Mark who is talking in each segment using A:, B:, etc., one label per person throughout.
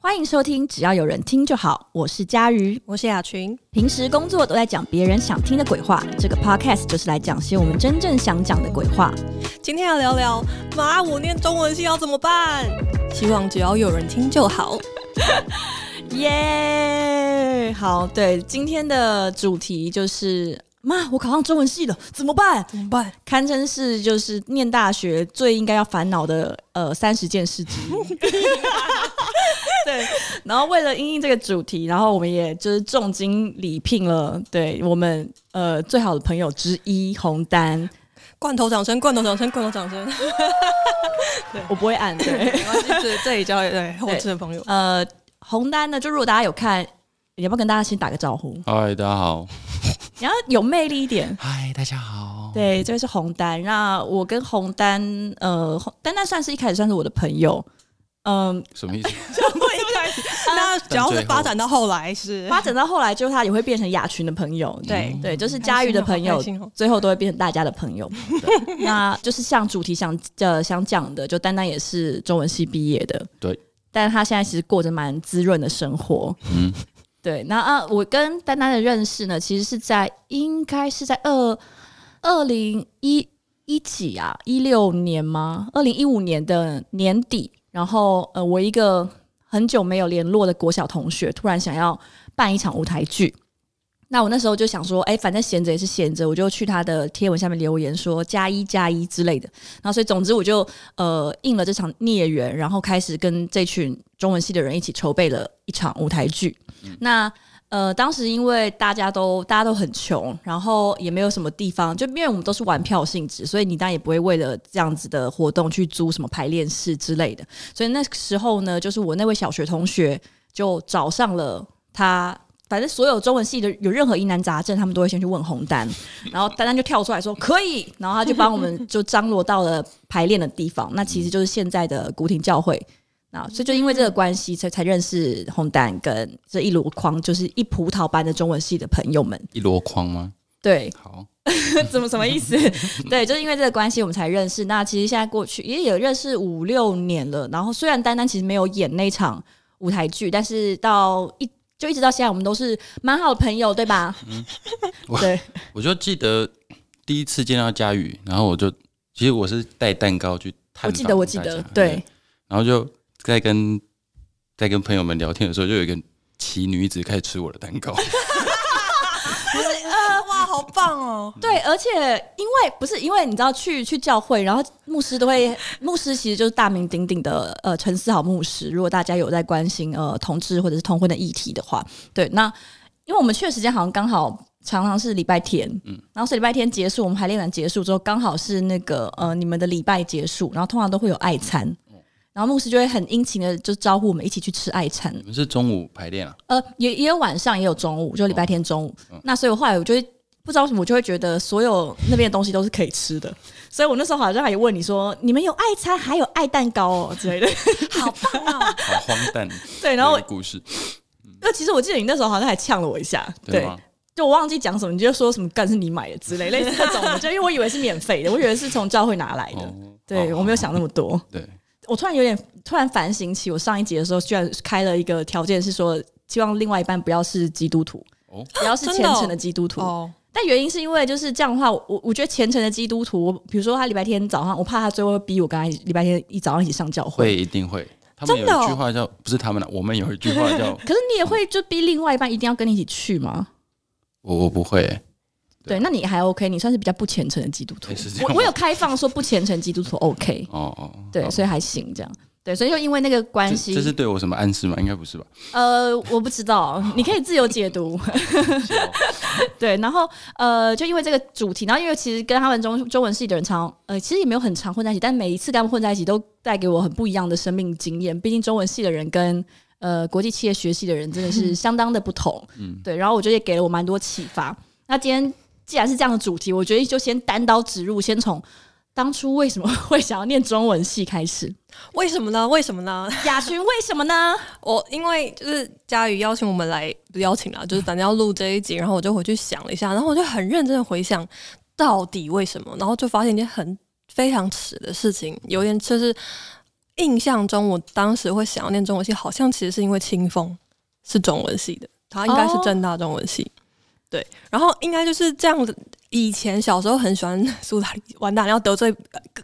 A: 欢迎收听，只要有人听就好。我是佳瑜，
B: 我是雅群，
A: 平时工作都在讲别人想听的鬼话，这个 podcast 就是来讲些我们真正想讲的鬼话。
B: 今天要聊聊妈，我念中文系要怎么办？希望只要有人听就好。
A: 耶、好，对，今天的主题就是妈，我考上中文系了，怎么办？
B: 怎么办？
A: 堪称是就是念大学最应该要烦恼的呃三十件事之一。对，然后为了因应这个主题，然后我们也就是重金礼聘了，对我们呃最好的朋友之一红丹，
B: 罐头掌声，罐头掌声，罐头掌声。
A: 我不会按 对，
B: 没关系，这这里交给对后置的朋友。
A: 呃红丹呢，就如果大家有看，你要不要跟大家先打个招呼？
C: 嗨，大家好。
A: 你要有魅力一点，
C: 嗨，大家好。
A: 对，这位是红丹。那我跟红丹，呃，红丹丹算是一开始算是我的朋友，嗯、
C: 什么意思？
B: 那只要是发啊展到嗯后来是
A: 发展到后来，就他也会变成雅群的朋友，
B: 对
A: 对，就是佳瑜的朋
B: 开
A: 友，
B: 心哦
A: 最后都会变成大家的朋友。 对那就是像主题想呃想讲的，就丹丹也是中文系毕业的，
C: 对，
A: 但是他现在其实过着蛮滋润的生活。
C: 嗯，
A: 对，那啊，我跟丹丹的认识呢，其实是在应该是在二二零一一几啊，一六年吗？二零一五年的年底，然后呃，我一个很久没有联络的国小同学，突然想要办一场舞台剧。那我那时候就想说，哎、反正闲着也是闲着，我就去他的贴文下面留言说加一加一之类的。然后，所以总之我就呃应了这场孽缘，然后开始跟这群中文系的人一起筹备了一场舞台剧。那呃，当时因为大家都大家都很穷，然后也没有什么地方，就因为我们都是玩票性质，所以你当然也不会为了这样子的活动去租什么排练室之类的。所以那时候呢，就是我那位小学同学就找上了他。反正所有中文系的有任何疑难杂症，他们都会先去问红丹，然后丹丹就跳出来说可以，然后他就帮我们就张罗到了排练的地方，那其实就是现在的古亭教会。那所以就因为这个关系，才才认识红丹跟这一箩筐就是一葡萄般的中文系的朋友们。
C: 一箩筐吗？
A: 对，
C: 好，
A: 怎么什么意思？对，就是因为这个关系，我们才认识。那其实现在过去也有认识五六年了。然后虽然丹丹其实没有演那场舞台剧，但是到一就一直到现在，我们都是蛮好的朋友，对吧？
C: 我
A: 对，
C: 我就记得第一次见到佳宇，然后我就其实我是带蛋糕去
A: 我
C: 探访
A: 记得，我记得
C: 大家，
A: 对，
C: 然后就在跟在跟朋友们聊天的时候，就有一个奇女子开始吃我的蛋 糕。
B: 不是啊， 哇，好棒哦！
A: 对，而且因为不是因为你知道去去教会，然后牧师都会， 牧师其实就是大名鼎鼎的呃陈思豪牧师。如果大家有在关心呃同志或者是同婚的议题的话，对，那因为我们去的时间好像刚好常常是礼拜天，嗯，然后是礼拜天结束，我们排练完结束之后，刚好是那个呃你们的礼拜结束，然后通常都会有爱餐。然后牧师就会很殷勤的就招呼我们一起去吃爱餐，
C: 你们是中午排练啊？
A: 呃，也也有晚上，也有中午，就
C: 哦
A: 礼拜天中午。
C: 嗯
A: 那所以我后来我就会不知道为什么，我就会觉得所有那边的东西都是可以吃的。所以我那时候好像还问你说，你们有爱餐，还有爱蛋糕哦之类的。
B: 好棒哦！
C: 好荒诞。
A: 对，然后
C: 有一个故事，
A: 那其实我记得你那时候好像还呛了我一下，
C: 对
A: 对，
C: 吗？
A: 就我忘记讲什么，你就说什么干是你买的之类，类似这种 的，就因为我以为是免费的，我以为是从教会拿来的。
C: 哦
A: 哎对，
C: 好
A: 我没有
C: 好
A: 想那么多。
C: 对，
A: 我突然有点突然反省起，我上一集的时候居然开了一个条件是说，希望另外一半不要是基督徒，
C: 哦
A: 不要是
B: 真
A: 虔
B: 的哦
A: 诚的基督徒。
B: 哦，
A: 但原因是因为就是这样的话，我我我觉得虔诚的基督徒，我比如说他礼拜天早上，我怕他最后会逼我跟他一礼拜天一早上一起上教会。
C: 会一定会。他们有
B: 真的哦
C: 一句话叫，不是他们了，啊我们有一句话叫，
A: 可是你也会就逼另外一半一定要跟你一起去吗？
C: 我我不会、欸
A: 对，
C: 对啊
A: 那你还 OK，你算是比较不虔诚的基督徒
C: 哎。是这样
A: 我
C: 吗
A: 我有开放说不虔诚基督徒 OK，
C: 哦哦，
A: 对，
C: 好
A: 所以还行这样。对，所以就因为那个关
C: 这
A: 系
C: 这，是对我什么暗示吗？应该不是吧？
A: 呃，我不知 道，你可以自由解读。哦 对，然后呃，就因为这个主题，然后因为其实跟他们中中文系的人常呃，其实也没有很常混在一起，但每一次跟他们混在一起，都带给我很不一样的生命经验。毕竟中文系的人跟呃国际企业学系的人真的是相当的不同，
C: 嗯
A: 对。然后我觉得也给了我蛮多启发。那今天既然是这样的主题，我觉得就先单刀直入，先从当初为什么会想要念中文系开 始。
B: 为什么呢？为什么呢？
A: 雅群为什么呢？
B: 我因为就是佳宇邀请我们来，不是邀请啦，就是反正要录这一集，然后我就回去想了一下，然后我就很认真的回想到底为什么，然后就发现一件很非常耻的事情，有点就是印象中，我当时会想要念中文系，好像其实是因为清风是中文系的，他应该是
A: 哦
B: 正大中文系。对，然后应该就是这样子。以前小时候很喜欢苏打绿，完蛋，要得罪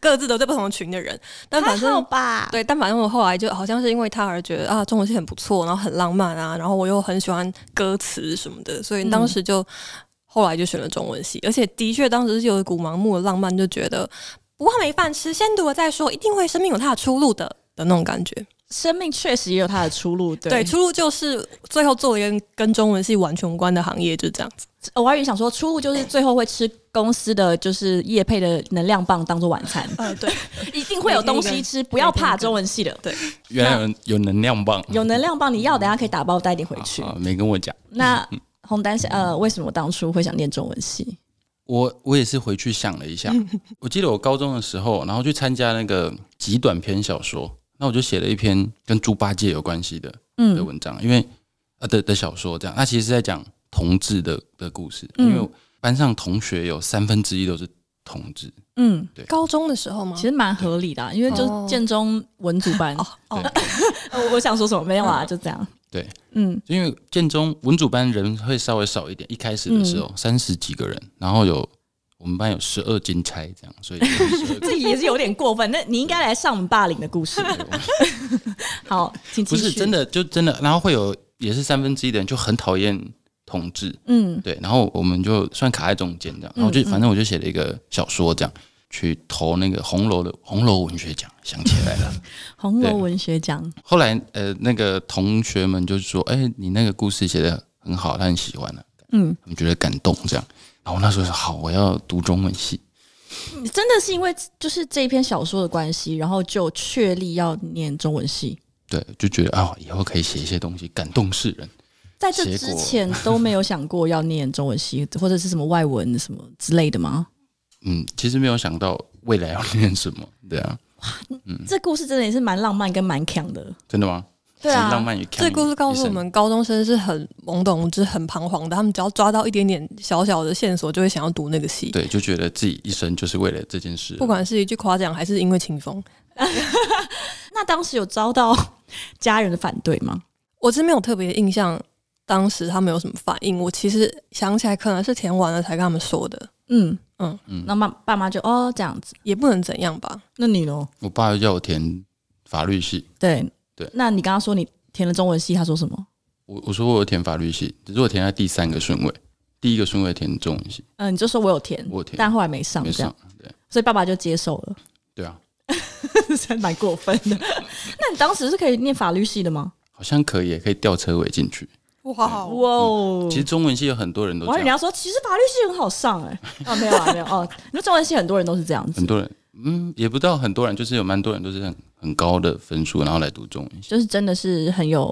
B: 各自得罪不同的群的人，但反
A: 还好
B: 正
A: 吧，
B: 对，嗯但反正我后来就好像是因为他而觉得啊，中文系很不错，然后很浪漫啊，然后我又很喜欢歌词什么的，所以
A: 嗯
B: 当时就、后来就选了中文系，而且的确当时是有一股盲目的浪漫，就觉得不怕没饭吃，先读了再说，一定会生命有它的出路的的那种感觉。
A: 生命确实也有它的出路。对，
B: 对，出路就是最后做了一个跟中文系完全无关的行业，就这样子。
A: 呃我还以为想说出路就是最后会吃公司的就是业配的能量棒当做晚餐，
B: 呃，对，
A: 一定会有东西吃，不要怕中文系的。
C: 原来有有能量棒，
A: 有能量棒，你要等下可以打包带点回去。
C: 啊，啊没跟我讲。
A: 那红丹是呃，嗯为什么当初会想念中文系？
C: 我我也是回去想了一下，
A: 嗯
C: 我记得我高中的时候，然后去参加那个极短篇小说，那我就写了一篇跟猪八戒有关系的的
A: 嗯
C: 文章，因为呃的的小说这样，那其实是在讲同志的的故事，
A: 嗯
C: 因为班上同学有三分之一都是同志，
A: 嗯，
B: 高中的时候吗
A: 其？实蛮合理的啊、因为就是
B: 哦
A: 建中文组班。
B: 哦哦，
A: 我我想说什么没有啊，就这样。
C: 对，
A: 嗯
C: 因为建中文主班人会稍微少一点，一开始的时
A: 嗯
C: 候三十、几个人，然后有我们班有十二金钗这样， 所以12个
A: 这也是有点过分。那你应该来上我们霸凌的故事。 好，请继
C: 不
A: 续。
C: 是真，的就真的，然后会有也是三分之一的人就很讨厌同志，
A: 嗯
C: 对，然后我们就算卡在中间这样，然后就
A: 嗯嗯
C: 反正我就写了一个小说这样。去投那个红楼的红楼文学奖，想起来 了。
A: 红楼
C: 对
A: 文学奖，
C: 后来呃，那个同学们就说：“哎、你那个故事写的很好，他很喜欢了、啊
A: 嗯，
C: 他们觉得感动这样。”然后我那时候说：“好，我要读中文系。”
A: 你真的是因为就是这一篇小说的关系，然后就确立要念中文系，
C: 对，就觉得啊，以后可以写一些东西感动世人。
A: 在这
C: 结
A: 之
C: 果
A: 前都没有想过要念中文系或者是什么外文什么之类的吗？
C: 嗯，其实没有想到未来要念什么，对啊，
A: 这故事真的也是蛮浪漫跟蛮强的，
C: 真的吗？
A: 对啊
C: 其实浪漫与
B: 这故事告诉我，们，高中生是很懵懂无知、很彷徨的。他们只要抓到一点点小小的线索，就会想要读那个戏。
C: 对，就觉得自己一生就是为了这件事。
B: 不管是一句夸奖，还是因为清风，
A: 那当时有遭到家人的反对吗？
B: 我是没有特别印象，当时他们有什么反应。我其实想起来，可能是填完了才跟他们说的，
A: 嗯
B: 嗯
A: 嗯，那妈爸妈就哦这样子，
B: 也不能怎样吧。
A: 那你呢？
C: 我爸又叫我填法律系，
A: 对
C: 对
A: 那你刚刚说你填了中文系，他说什么？
C: 我我说我有填法律系，只是我填在第三个顺位，第一个顺位填中文系，
A: 嗯、你就说我有填，
C: 我有填
A: 但后来没
B: 哦
A: 上，
C: 没
A: 这样
C: 上，。对
A: 所以爸爸就接受了，
C: 对啊，
A: 真蛮过分的。 那你当时是可以念法律系的吗？
C: 好像可以耶，可以吊车尾进去。
B: 哇
A: 哇
B: 嗯
A: 哦！
C: 嗯其实中文系有很多人都
A: 我还以
C: 这
A: 为你
C: 样，
A: 要说，其实法律系很好上哎、啊没有啊没有哦，那中文系很多人都是这样子
C: 很，多人，嗯，也不到很多人，就是有蛮多人都是很很高的分数，然后来读中文系。
A: 就是真的是很有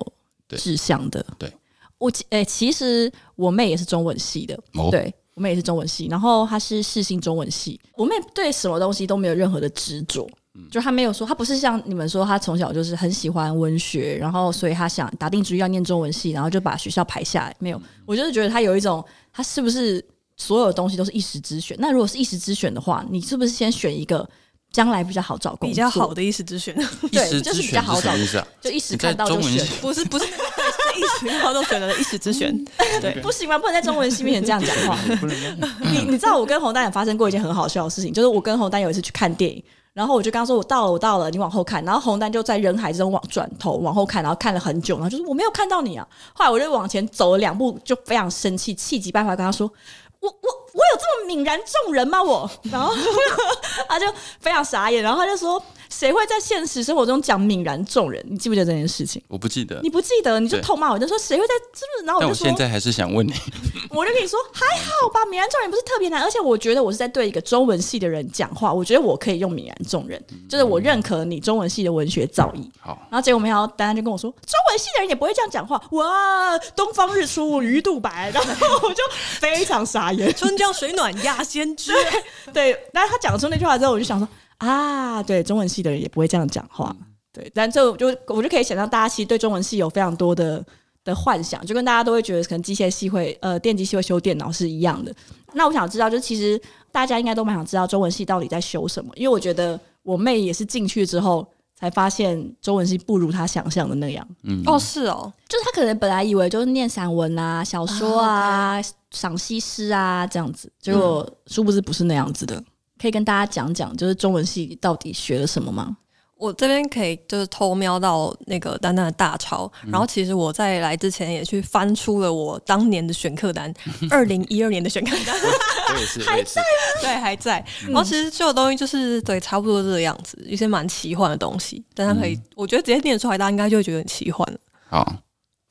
C: 对
A: 志向的。
C: 对
A: 我其诶、其实我妹也是中文系的，
C: 哦，
A: 对我妹也是中文系，然后她是世新中文系。我妹对什么东西都没有任何的执着，就她没有说她不是像你们说她从小就是很喜欢文学，然后所以她想打定主意要念中文系，然后就把学校排下来。没有，我就是觉得她有一种她是不是所有东西都是一时之选？那如果是一时之选的话，你是不是先选一个将来比较好找工作？
B: 比较好的一时之选，
C: 一
A: 对
C: 时
A: 就
C: 之
A: 是比较
C: 选
A: 好
C: 是什
A: 找
C: 么意思啊？
A: 就一时
C: 你在
A: 看到就
C: 中文
A: 选
C: 系。
B: 不是不是，对，是一时他都选择一时之选。对，
A: 不行吗？不能在中文系面前这样讲话。
C: 不能这样
A: 你你知道我跟洪丹也发生过一件很好笑的事情，就是我跟洪丹有一次去看电影，然后我就跟他说我到了，我到了，你往后看。然后洪丹就在人海之中往转头往后看，然后看了很久，然后就说我没有看到你啊。后来我就往前走了两步，就非常生气，气急败坏跟他说。我我我有这么泯然众人吗？我，然后 他就非常傻眼，然后他就说：“谁会在现实生活中讲泯然众人？你记不记得这件事情？
C: 我不记得
A: 你，不记得，你就
C: 对
A: 痛骂我，你就说谁会在是不是？”然后我
C: 但
A: 就
C: 我
A: 说：“
C: 现在还是想问你，
A: 我就跟你说，还好吧，泯然众人不是特别难，而且我觉得我是在对一个中文系的人讲话，我觉得我可以用泯然众人，就是我认可你中文系的文学造诣。
C: 好，
A: 然后结果没想到丹丹就跟我说，中文系的人也不会这样讲话，哇，东方日出鱼肚白，然后我就非常傻眼。
B: 春江水暖鸭先知。
A: 对，但是他讲出那句话之后，我就想说啊，对，中文系的人也不会这样讲话。对，但这我就我就可以想象，大家其实对中文系有非常多的的幻想，就跟大家都会觉得可能机械系会呃电机系会修电脑是一样的。那我想知道，就是其实大家应该都蛮想知道中文系到底在修什么，因为我觉得我妹也是进去之后。才发现中文系不如他想象的那样。
C: 嗯，
B: 哦，是哦，
A: 就是他可能本来以为就是念散文啊、小说啊、赏析诗啊这样子，结果殊不知不是那样子的。可以跟大家讲讲，就是中文系到底学了什么吗？
B: 我这边可以就是偷瞄到那个丹丹的大抄，然后其实我在来之前也去翻出了我当年的选课单，二零一二年的选课单，
C: 我也是，我也是，
B: 对，还在。
C: 嗯
B: 然后其实这个东西就是对，差不多这个样子，一些蛮奇幻的东西，但它可
C: 嗯
B: 以，我觉得直接念出来，大家应该就会觉得很奇幻了。
C: 好，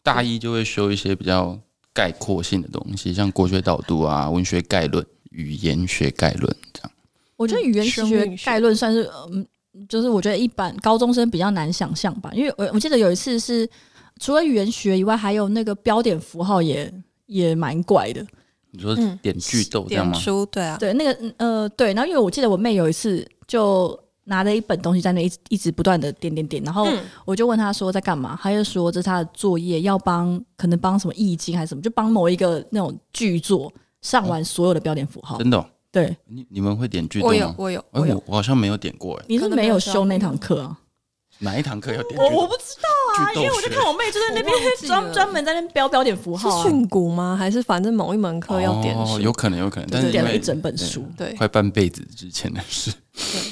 C: 大一就会修一些比较概括性的东西，像国学导读啊、文学概论、语言学概论这样。
A: 我觉得语言学概论算是，嗯，就是我觉得一般高中生比较难想象吧，因为我我记得有一次是除了语言学以外，还有那个标点符号也也蛮怪的。
C: 你说
B: 嗯
C: 点句逗这样
B: 点
C: 吗？
B: 书，对啊，
A: 对，那个嗯呃，对，然后因为我记得我妹有一次就拿着一本东西在那一直一直不断的点点点，然后
B: 嗯
A: 我就问她说在干嘛，她就说这是她的作业，要帮可能帮什么易经还是什么，就帮某一个那种巨作上完所有的标点符号。
C: 真的哦、
A: 对，
C: 你你们会点句逗
B: 我有
C: 吗，？
B: 我有，
C: 哎
B: 我有。
C: 我我好像没有点过哎，
A: 你是
B: 可能没
A: 没
B: 有
A: 有
B: 上
A: 修那堂课啊？
C: 哪一堂课要点句
A: 我我不
C: 逗？
A: 知道啊，
C: 巨
A: 因
C: 斗
A: 为我就看我妹就在那边
B: 我忘记了
A: 专专门在那边标标点符
B: 是
A: 号啊，
B: 训诂吗？还是反正某一门课要点
C: 哦
B: 书？，
C: 有可能，有可能，但
A: 就是是点
C: 因
A: 了一
C: 为
A: 整本书，
B: 对，
C: 快半辈子之前的事，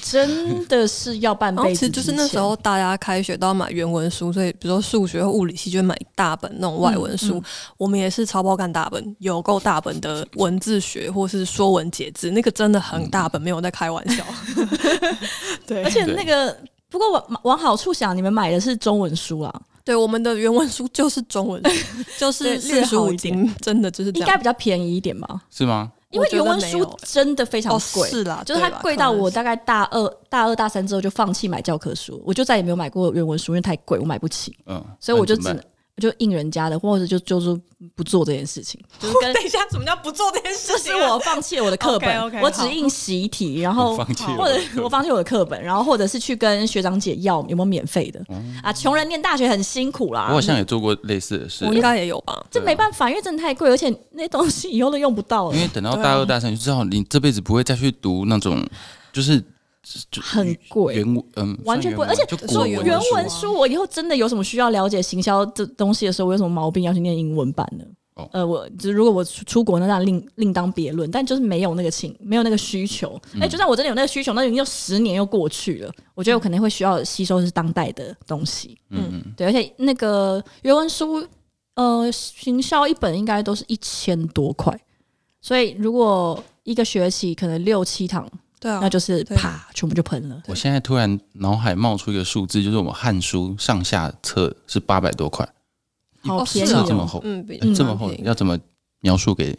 A: 真的是要半
B: 然后
A: 辈
B: 其
A: 子
B: 实
A: 之前。
B: 就是那时候大家开学都要买原文书，所以比如说数学或物理系就会买一大本那种外文书。
A: 嗯
B: 我们也是超爆干大本，有够大本的文字学或是说文解字，那个真的很大本，没有在开玩 笑。 对，
A: 而且那个不过往往好处想，你们买的是中文书啊，
B: 对我们的原文书就是中文书，就是
A: 对略
B: 四十
A: 好
B: 五
A: 一点
B: 斤，真的就是这
A: 应该
B: 样。
A: 比较便宜一点吧？
C: 是吗？
A: 因为
B: 我觉得
A: 原文
B: 没有
A: 书真的非常
B: 哦，
A: 贵，
B: 是啦，
A: 就是它
B: 对啦
A: 贵到我。
B: 可能是
A: 大概大二、大二、大三之后就放弃买教科书，我就再也没有买过原文书，因为太贵，我买不起，
C: 嗯，
A: 所以我就只
C: 那怎么
A: 能
C: 办
A: 我就应人家的，或者就就是不做这件事 情，就是跟
B: 等一下，什么叫不做这件事
A: 这
B: 情
A: 是
B: 啊？
A: 我放弃了我的课本
B: OK，OK，
A: 我只印习题，然后
C: 我放弃了
A: 或者
C: 我的课本
A: 我放弃我的课本，然后或者是去跟学长姐要有没有免费的、啊？穷人念大学很辛苦啦，
C: 哦我好像也做过类似的事，
B: 我应该也有吧？
A: 这没办法，因为真的太贵，而且那东西以后都用不到了
C: 因，为等到
B: 对啊
C: 大二大三，你就知道你这辈子不会再去读那种，
A: 啊
C: 就是就
A: 很贵。
C: 原文，嗯，
A: 完全不会
C: 算原文
A: 而且
C: 就国
B: 说
C: 文
A: 原
C: 的
A: 文
C: 书啊
A: 书，我以后真的有什么需要了解行销这东西的时候，我有什么毛病要去念英文版呢？
C: 哦
A: 呃，我就如果我出出国，那当然另另当别论，但就是没有那个情，没有那个需求。哎、
C: 嗯
A: 就算我真的有那个需求，那已经又十年又过去了，我觉得我可能会需要吸收是当代的东西。
C: 嗯嗯，
A: 对，而且那个原文书，呃，行销一本应该都是一千多块，所以如果一个学期可能六七堂，
B: 对啊
A: 那，就是
B: 对
A: 啪，全部就喷了。
C: 我现在突然脑海冒出一个数字，就是我们汉书上下册是八百多块，
A: 好
B: 哦
A: 便宜
B: 是啊
A: 哦！
C: 这么厚，
B: 嗯，比
C: 呃这么厚，要怎么描述给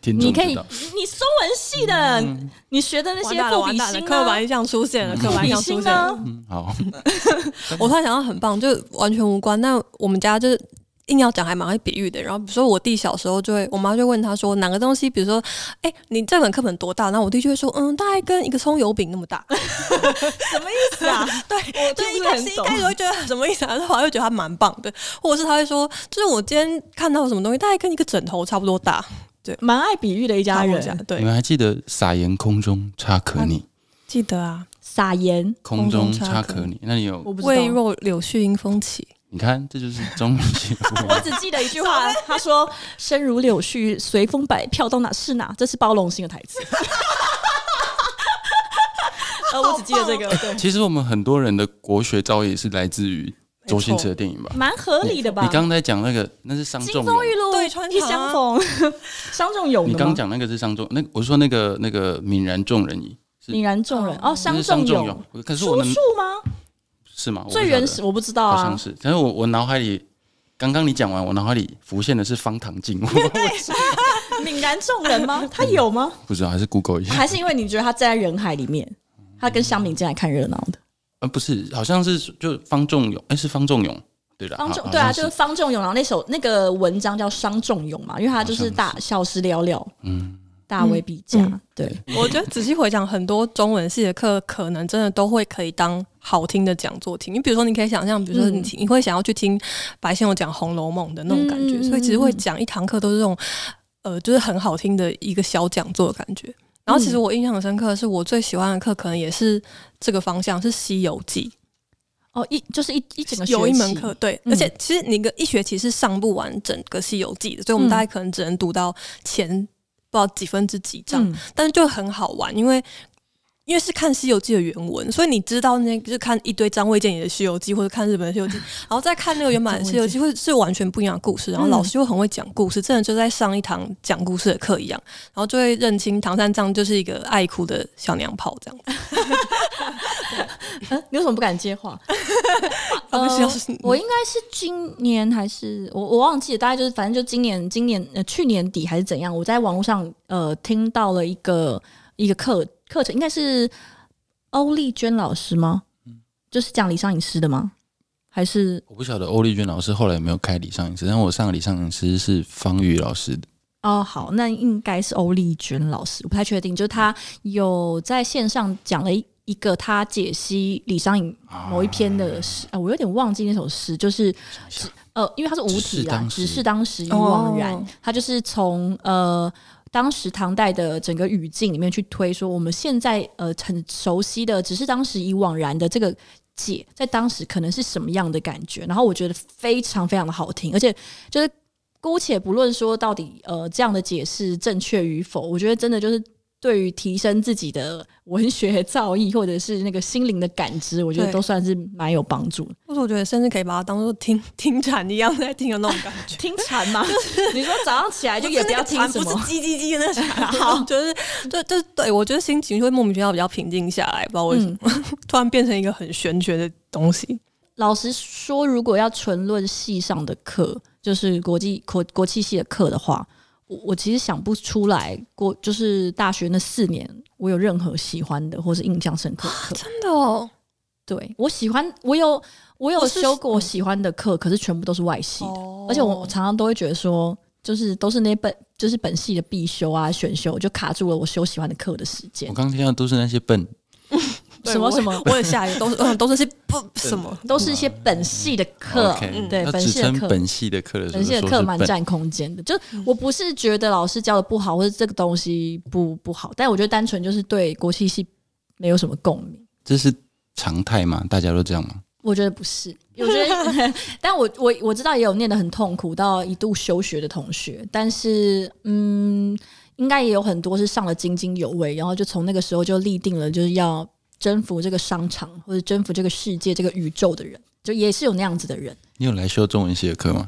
C: 听
A: 你
C: 众
A: 可以，
C: 知
A: 你
C: 道？
A: 你中文系的，
C: 嗯
A: 你学的那
B: 完
A: 些
B: 蛋了
A: 赋
B: 完
A: 比
B: 蛋了
A: 兴
B: 刻
A: 啊
B: 板，印象出现了，刻板印
A: 比啊
B: 象出
A: 兴
B: 现了。
A: 呢？
C: 嗯， 好，
B: 嗯我突然想到很棒，就完全无关。但我们家就是硬要讲还蛮会比喻的。然后比如说我弟小时候就会，我妈就问他说哪个东西，比如说，哎、你这本课本多大？然后我弟就会说，嗯，大概跟一个葱油饼那么大。
A: 什么意思啊？
B: 对，
A: 我
B: 就
A: 真
B: 一
A: 不是
B: 开
A: 很
B: 始一
A: 懂
B: 开始会觉得什么意思啊？然后后来又觉得他蛮棒的，或者是他会说，就是我今天看到什么东西，大概跟一个枕头差不多大。
A: 蛮爱比喻的一家
B: 大家
A: 人，
C: 你
B: 对，
C: 们还记得撒盐空中差
A: 啊
C: 可拟，
B: 记得啊，
A: 撒盐，
C: 空中
B: 空中
C: 差
B: 差可
C: 可拟？那你有
A: 我不知
B: 未
A: 道。
B: 若柳絮因风起。
C: 你看，这就是中文系 的不
A: 我
C: 完
A: 只记得一句话，他说“生如柳絮，随风摆，飘到哪是哪”，这是包容性的台词。 呃，我只记得这个，对，
C: 其实我们很多人的国学造诣是来自于周星驰的电影吧？
A: 蛮合理的吧？
C: 你刚才讲那个，那是商
A: 金
C: 仲
A: 风玉
C: 永。
A: 露，
B: 对穿
A: 一
B: 肠啊
A: 相 逢，伤仲永
C: 你
A: 的吗
C: 刚讲那个是商仲，那个我说那个那个泯然众人矣，是
A: 泯然众人哦，
C: 那
A: 伤
C: 是商
A: 仲
C: 仲
A: 永
C: 永。我可是我
A: 叔
C: 能
A: 叔吗？
C: 是吗？我不
A: 最
C: 晓得
A: 原始我不知道
C: 好
A: 啊
C: 像，是，但是我我脑海里刚刚你讲完，我脑海里浮现的是方 唐镜，我
A: 泯然众人吗？他有吗？
C: 不知道还是 Google 一下。
A: 还是因为你觉得他站在人海里面，他跟乡民进来看热闹的？
C: 呃，不是，好像是就方仲永，哎，是方仲永，对的，
A: 方
C: 好
A: 仲
C: 好
A: 对啊，
C: 像
A: 就是方仲永，然后那首那个文章叫《伤仲永》嘛，因为他就是大小时寥寥，
C: 嗯，
A: 大未必佳。
B: 嗯
A: 对，
B: 我觉得仔细回想，很多中文系的课可能真的都会可以当好听的讲座听。你比如说，你可以想象，比如说你、
A: 嗯
B: 你会想要去听白先勇讲《红楼梦》的那种感觉，
A: 嗯嗯嗯
B: 所以其实会讲一堂课都是这种，呃，就是很好听的一个小讲座的感觉。然后其实我印象很深刻，是我最喜欢的课可能也是这个方向，是《西游记》。
A: 哦，一就是一一整个
B: 有一
A: 学
B: 门
A: 期
B: 课，对，
A: 嗯
B: 而且其实你个一学期是上不完整个《西游记》的，所以我们
A: 嗯
B: 大概可能只能读到前不知道几分之几章，
A: 嗯
B: 但是就很好玩，因为因为是看《西游记》的原文，所以你知道那就是看一堆张卫健演的《西游记》，或者看日本的《西游记》，然后再看那个原版的《西游记》，会是完全不一样的故事。然后老师就很会讲故事，真的就在上一堂讲故事的课一样，然后就会认清唐三藏就是一个爱哭的小娘炮这样子。
A: 嗯你为什么不敢接话？
B: 不需要是
A: 我应该是今年还是我我忘记了，大概就是反正就今年今年呃去年底还是怎样，我在网络上呃听到了一个一个课课程，应该是欧丽娟老师吗？就是讲李商隐诗的吗？还是
C: 我不晓得欧丽娟老师后来有没有开李尚影师，但我上个李尚影师是方宇老师的。
A: 哦，好，那应该是欧丽娟老师，我不太确定。就是她有在线上讲了一一个她解析李商隐某一篇
C: 哦
A: 的诗，啊、我有点忘记那首诗，就是只呃，因为它是无
C: 只是
A: 题啦
C: 当，时
A: 只是当时已惘然，
B: 哦
A: 它就是从呃。当时唐代的整个语境里面去推说，我们现在呃很熟悉的，只是当时已惘然的这个解，在当时可能是什么样的感觉？然后我觉得非常非常的好听，而且就是姑且不论说到底呃这样的解释正确与否，我觉得真的就是对于提升自己的文学造诣或者是那个心灵的感知，我觉得
B: 对
A: 都算是蛮有帮助的。
B: 或 者我觉得甚至可以把它当做听听禅一样在听的那种感觉。
A: 听禅吗？ 你说早上起来就也不要听什
B: 哎不是
A: 么？
B: 叽叽叽的那啥， 好，就是就就对我觉得心情就会莫名其妙比较平静下来，不知道为什么、 突然变成一个很玄学的东西。
A: 老实说，如果要纯论系上的课，就是国际国国际系的课的话，我我其实想不出来过，就是大学那四年，我有任何喜欢的或是印象深刻的课。
B: 真的哦，
A: 对我喜欢，我有我有
B: 我是
A: 修过我喜欢的课，可是全部都是外系的，
B: 哦
A: 而且我常常都会觉得说，就是都是那本就是本系的必修啊、选修，我就卡住了我修喜欢的课的时间
C: 我。刚听到都是那些笨，
B: 对
A: 什么
B: 我
A: 什么
B: 我也吓一跳，都是嗯都是些不什么，
A: 都是一些本系的课
C: 哦 OK，
B: 嗯
A: 对
C: 要
A: 本
C: 只
A: 系的
C: 称
A: 课。
C: 本系的课的时候
A: 本
C: 就
A: 系
C: 说
A: 的
C: 是
A: 课蛮
C: 笨
A: 占空间的，就是我不是觉得老师教的不好，或者这个东西不不好，但我觉得单纯就是对国际系没有什么共鸣。
C: 这是常态嘛？大家都这样吗？
A: 我觉得不是，我觉得，但我我我知道也有念得很痛苦到一度休学的同学，但是嗯，应该也有很多是上了津津有味，然后就从那个时候就立定了就是要征服这个商场或者征服这个世界这个宇宙的人，就也是有那样子的人。
C: 你有来修中文系的课吗？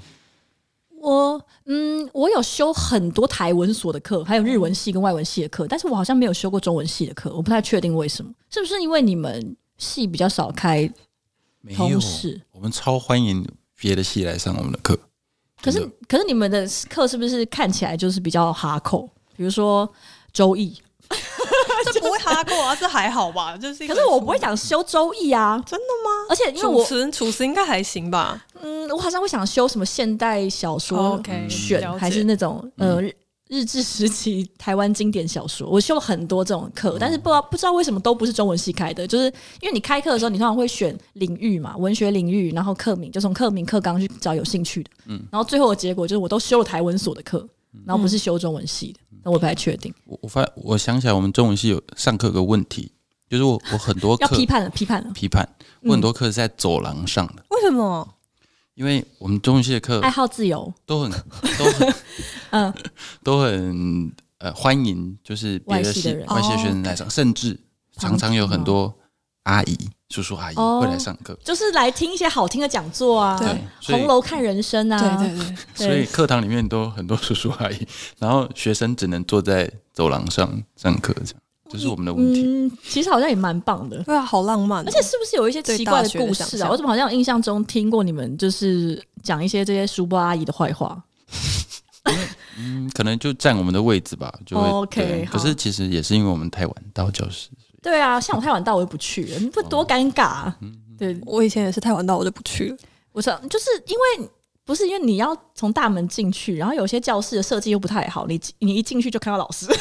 A: 我嗯，我有修很多台文所的课，还有日文系跟外文系的课，但是我好像没有修过中文系的课，我不太确定为什么，是不是因为你们系比较少开
C: 没有
A: 通，识？
C: 我们超欢迎别的系来上我们的课。
A: 可是
C: 真的
A: 可是你们的课是不是看起来就是比较哈扣？比如说周易，
B: 这不会哈过啊，这还好吧？就是一
A: 可
B: 个
A: 是我不会想修周易啊，
B: 真的
A: 吗？而且因为
B: 楚
A: 我
B: 辞，楚辞应该还行吧？
A: 嗯，我好像会想修什么现代小说
B: 哦 OK，
A: 选
B: 了解
A: 还是那种
C: 嗯
A: 呃日日治时期台湾经典小说，我修了很多这种
C: 嗯
A: 课，但是不知道不知道为什么都不是中文系开的，就是因为你开课的时候，你通常会选领域嘛，文学领域，然后课名就从课名课纲去找有兴趣的，嗯，然后最后的结果就是我都修了台文所的课，
C: 嗯
A: 然后不是修中文系的，那我不太确定，
C: 我我发我想起来，我们中文系有上课有个问题，就是我我很多
A: 要
C: 课
A: 批判了，批判了，
C: 批判，我很多课是在走廊上的，
B: 为什么？
C: 因为我们中文系的课
A: 爱好自由，
C: 都 很都很
A: 嗯，
C: 都很呃欢迎，就是别的
A: 外系
C: 系
A: 的人哦
C: 外系的学生来上，甚至常常有很多阿姨、叔叔阿姨
A: 哦
C: 会来上课。
A: 就是来听一些好听的讲座啊，
B: 对
C: 所以
A: 红楼看人生啊，
B: 对对对，
C: 所以课堂里面都很多叔叔阿姨，然后学生只能坐在走廊上上课，这样这是我们的问题。
A: 嗯，其实好像也蛮棒的。
B: 对啊，好浪漫哦，
A: 而且是不是有一些奇怪的
B: 对
A: 故
B: 大学的
A: 事
B: 想
A: 啊？
B: 象
A: 我怎么好像印象中听过你们就是讲一些这些叔伯阿姨的坏话？
C: 嗯，可能就占我们的位置吧，就会。
A: 哦 OK，
C: 对
A: 好
C: 可是其实也是因为我们太晚到教室，
A: 对啊，像我太晚到我就不去了，你
C: 哦
A: 不多尴尬、啊？
C: 嗯
A: 对，
B: 我以前也是太晚到我就不去了。
A: 我想就是因为不是因为你要从大门进去，然后有些教室的设计又不太好，你你一进去就看到老师，就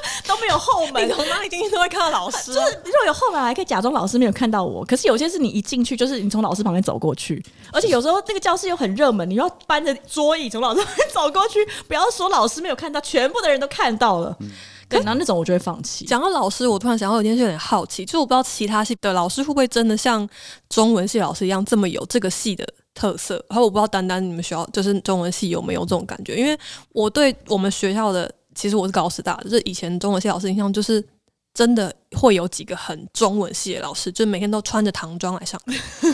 A: 都 没有后门，
B: 从哪里进去都会看到老师、啊，
A: 如果有后门，还可以假装老师没有看到我。可是有些是你一进去，就是你从老师旁边走过去，而且有时候那个教室又很热门，你又要 搬着桌椅从老师旁边走过去。不要说老师没有看到，全部的人都看到了。对，然后那种我就会放弃。
B: 讲到老师，我突然想到有一件事有点好奇，就是我不知道其他系的老师会不会真的像中文系老师一样这么有这个系的特色。然后我不知道丹丹你们学校就是中文系有没有这种感觉，因为我对我们学校的其实我是高师大的，就是以前中文系老师印象就是。真的会有几个很中文系的老师，就是每天都穿着唐装来上课。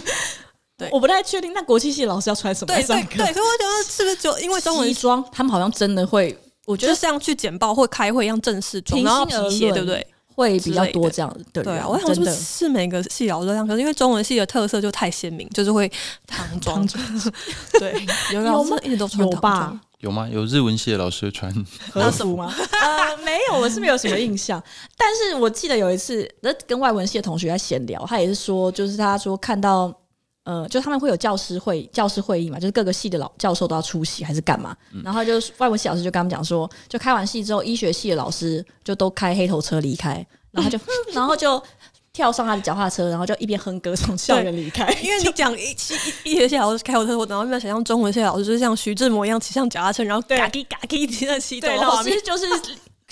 B: 对
A: 我不太确定，那国际系老师要穿什么来
B: 对
A: 上
B: 对
A: 课？
B: 对，所以我觉得是不是就因为中 文
A: 西装，他们好像真的会，我觉
B: 就是
A: 得
B: 像去简报或开会一样正式装，
A: 平
B: 然
A: 心
B: 后
A: 而
B: 皮鞋，
A: 论
B: 对不对？
A: 会比较
B: 之类的
A: 多这样的人。
B: 对啊，我想
A: 真
B: 说
A: 的
B: 是每个系老师都这样，可是因为中文系的特色就太鲜明，就是会 唐装
A: 唐，
B: 对，有老师
A: 有吗
B: 一直都穿
A: 有
B: 唐
A: 吧
B: 装，？
C: 有吗？有日文系的老师会穿，
A: 和服吗？ 呃，没有，我是没有什么印象。但是我记得有一次，那跟外文系的同学在闲聊，他也是说，就是他说看到，呃，就他们会有教师会教师会议嘛，就是各个系的老教授都要出席还是干嘛？然后就是外文系老师就跟他们讲说，就开完戏之后，医学系的老师就都开黑头车离开，然后他就， 哼然后就。跳上他的脚踏车，然后就一边哼歌从校园离开。
B: 因为你讲一系一一学系老师开火车，我然后面想象中文系老师就是像徐志摩一样骑上脚踏车，然后嘎叽嘎叽骑在骑走
A: 对，
B: 的
A: 老
B: 画面
A: 师。就是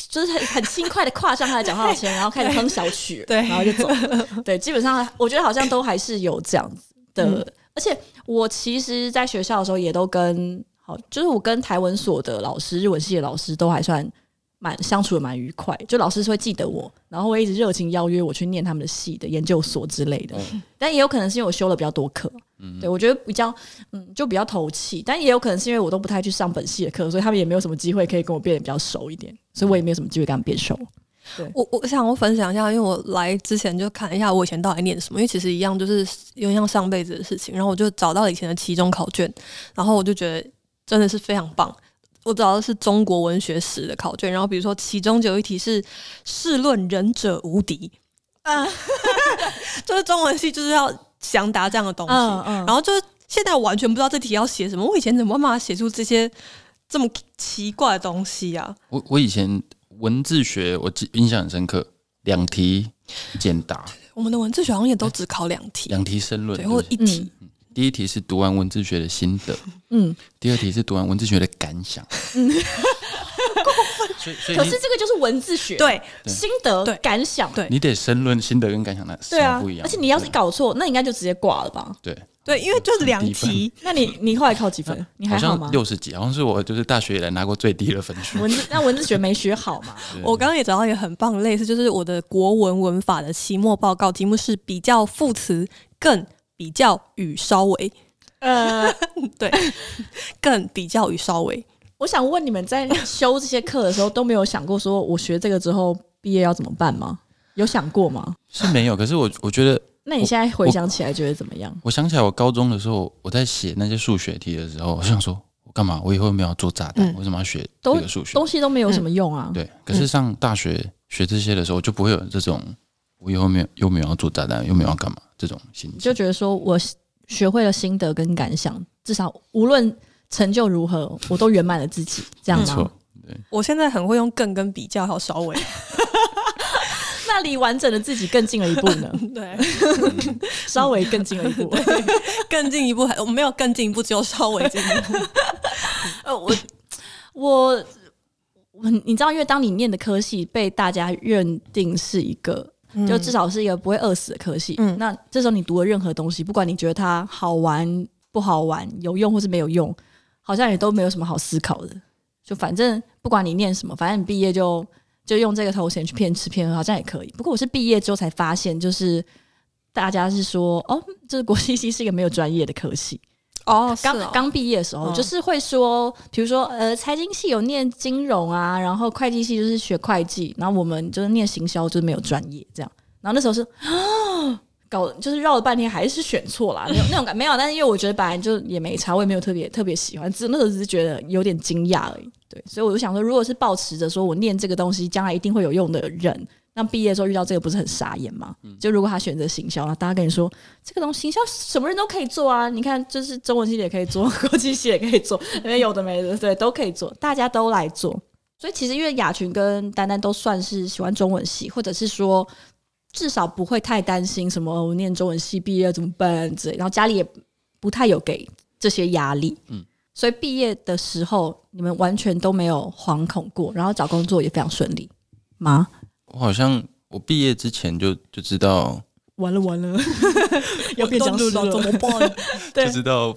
A: 就是很很轻快的跨上他的脚 踏车，然后开始哼小曲，
B: 对
A: 然后就走了。 对，基本上我觉得好像都还是有这样子的，
B: 嗯
A: 而且我其实，在学校的时候也都跟好，就是我跟台文所的老师、日文系的老师都还算。蛮相处的蛮愉快，就老师是会记得我，然后会一直热情邀约我去念他们的系的研究所之类的。
C: 嗯
A: 但也有可能是因为我修了比较多课，对我觉得比较嗯就比较投契，但也有可能是因为我都不太去上本系的课，所以他们也没有什么机会可以跟我变得比较熟一点，所以我也没有什么机会跟他们变熟。
B: 我我想我分享一下，因为我来之前就看一下我以前到底念什么，因为其实一样就是有点像上辈子的事情。然后我就找到了以前的期中考卷，然后我就觉得真的是非常棒。我找到的是中国文学史的考卷，然后比如说其中就有一题是“试论仁者无敌”，啊， 就是中文系就是要详达这样的东西。
A: 嗯
B: 然后就是现在我完全不知道这题要写什么，我以前怎么办法写出这些这么奇怪的东西啊？
C: 我我以前文字学我记印象很深刻，两题简答，
B: 我们的文字学好像也都只考两题，
C: 两题申论
B: 对，。或
C: 就是
B: 一题。
C: 第一题是读完文字学的心得，
A: 嗯，
C: 第二题是读完文字学的感想。 所以所以
A: 可
C: 你
A: 是这个就是文字学，，
B: 对，
A: 心得
B: 对
A: 感想，
B: 对
C: 你得申论心得跟感想那什
A: 对
C: 么
A: 啊
C: 不一，样？
A: 而且你要是
C: 对
A: 搞错，那应该就直接挂了吧？
C: 对，
B: 对，因为就是两
C: 很低 分
B: 题，
A: 那 你你后来考几分？你还
C: 呃好
A: 好
C: 像
A: 吗？
C: 六十几，好像是我就是大学以来拿过最低的分数。
A: 文字那文字学没学好 嘛？
C: 对
B: 我刚刚也找到一个很棒的类似，就是我的国文文法的期末报告题目是比较副词更比较与稍微
A: 呃，
B: 更比较与稍微。
A: 我想问你们在修这些课的时候都没有想过说我学这个之后毕业要怎么办吗？有想过吗？
C: 是没有，可是我我觉得，
A: 那你现在回想起来觉得怎么样？
C: 我想起来我高中的时候，我在写那些数学题的时候，我想说，我干嘛？我以后没有要做炸弹，
B: 嗯
C: 我为什么要学这
A: 都
C: 个数学？
A: 东西都没有什么用啊。
C: 对，可是上大学学这些的时候，就不会有这种我以后没有又没有要做炸弹，又没有要干嘛这种心
A: 你
C: 情
A: 就。觉得说我学会了心得跟感想，至少无论成就如何，我都圆满了自己，这样
C: 没
A: 吗
C: 错？，
B: 我现在很会用更跟比较还有稍微，
A: 那离完整的自己更近了一步 呢，
B: 对，
A: 稍微更近了一步。
B: 更进一步还我没有更进一步，只有稍微进一步。
A: 呃，我我我，你知道，因为当你念的科系被大家认定是一个。就至少是一个不会饿死的科系。
B: 嗯
A: 那这时候你读了任何东西，不管你觉得它好玩不好玩，有用或是没有用，好像也都没有什么好思考的。就反正不管你念什么，反正你毕业就就用这个头衔去骗吃骗喝，好像也可以。不过我是毕业之后才发现，就是大家是说，哦，这个国际系是一个没有专业的科系。
B: 哦，是
A: 刚
B: 哦
A: 刚毕业的时候，
B: 嗯
A: 就是会说，比如说，呃，财经系有念金融啊，然后会计系就是学会计，然后我们就是念行销，就是没有专业这样。然后那时候是啊，搞就是绕了半天，还是选错啦，没有那种感没有。但是因为我觉得本来就也没差，我也没有特别特别喜欢，只那时候只是觉得有点惊讶而已。对，所以我就想说，如果是抱持着说我念这个东西将来一定会有用的人。那毕业之后遇到这个不是很傻眼吗？就如果他选择行销，那大家跟你说这个东西行销什么人都可以做啊！你看，就是中文系的也可以做，国际系也可以做，因为有的没的，对，都可以做，大家都来做。所以其实因为雅群跟丹丹都算是喜欢中文系，或者是说至少不会太担心什么哦我念中文系毕业怎么办之类，然后家里也不太有给这些压力，嗯
C: 嗯，
A: 所以毕业的时候你们完全都没有惶恐过，然后找工作也非常顺利，吗？
C: 我好像我毕业之前就就知道，
A: 完了完了，要变僵
B: 讲
A: 尸
B: 了，
A: 了，
B: 怎么办？
A: 对
C: 就知道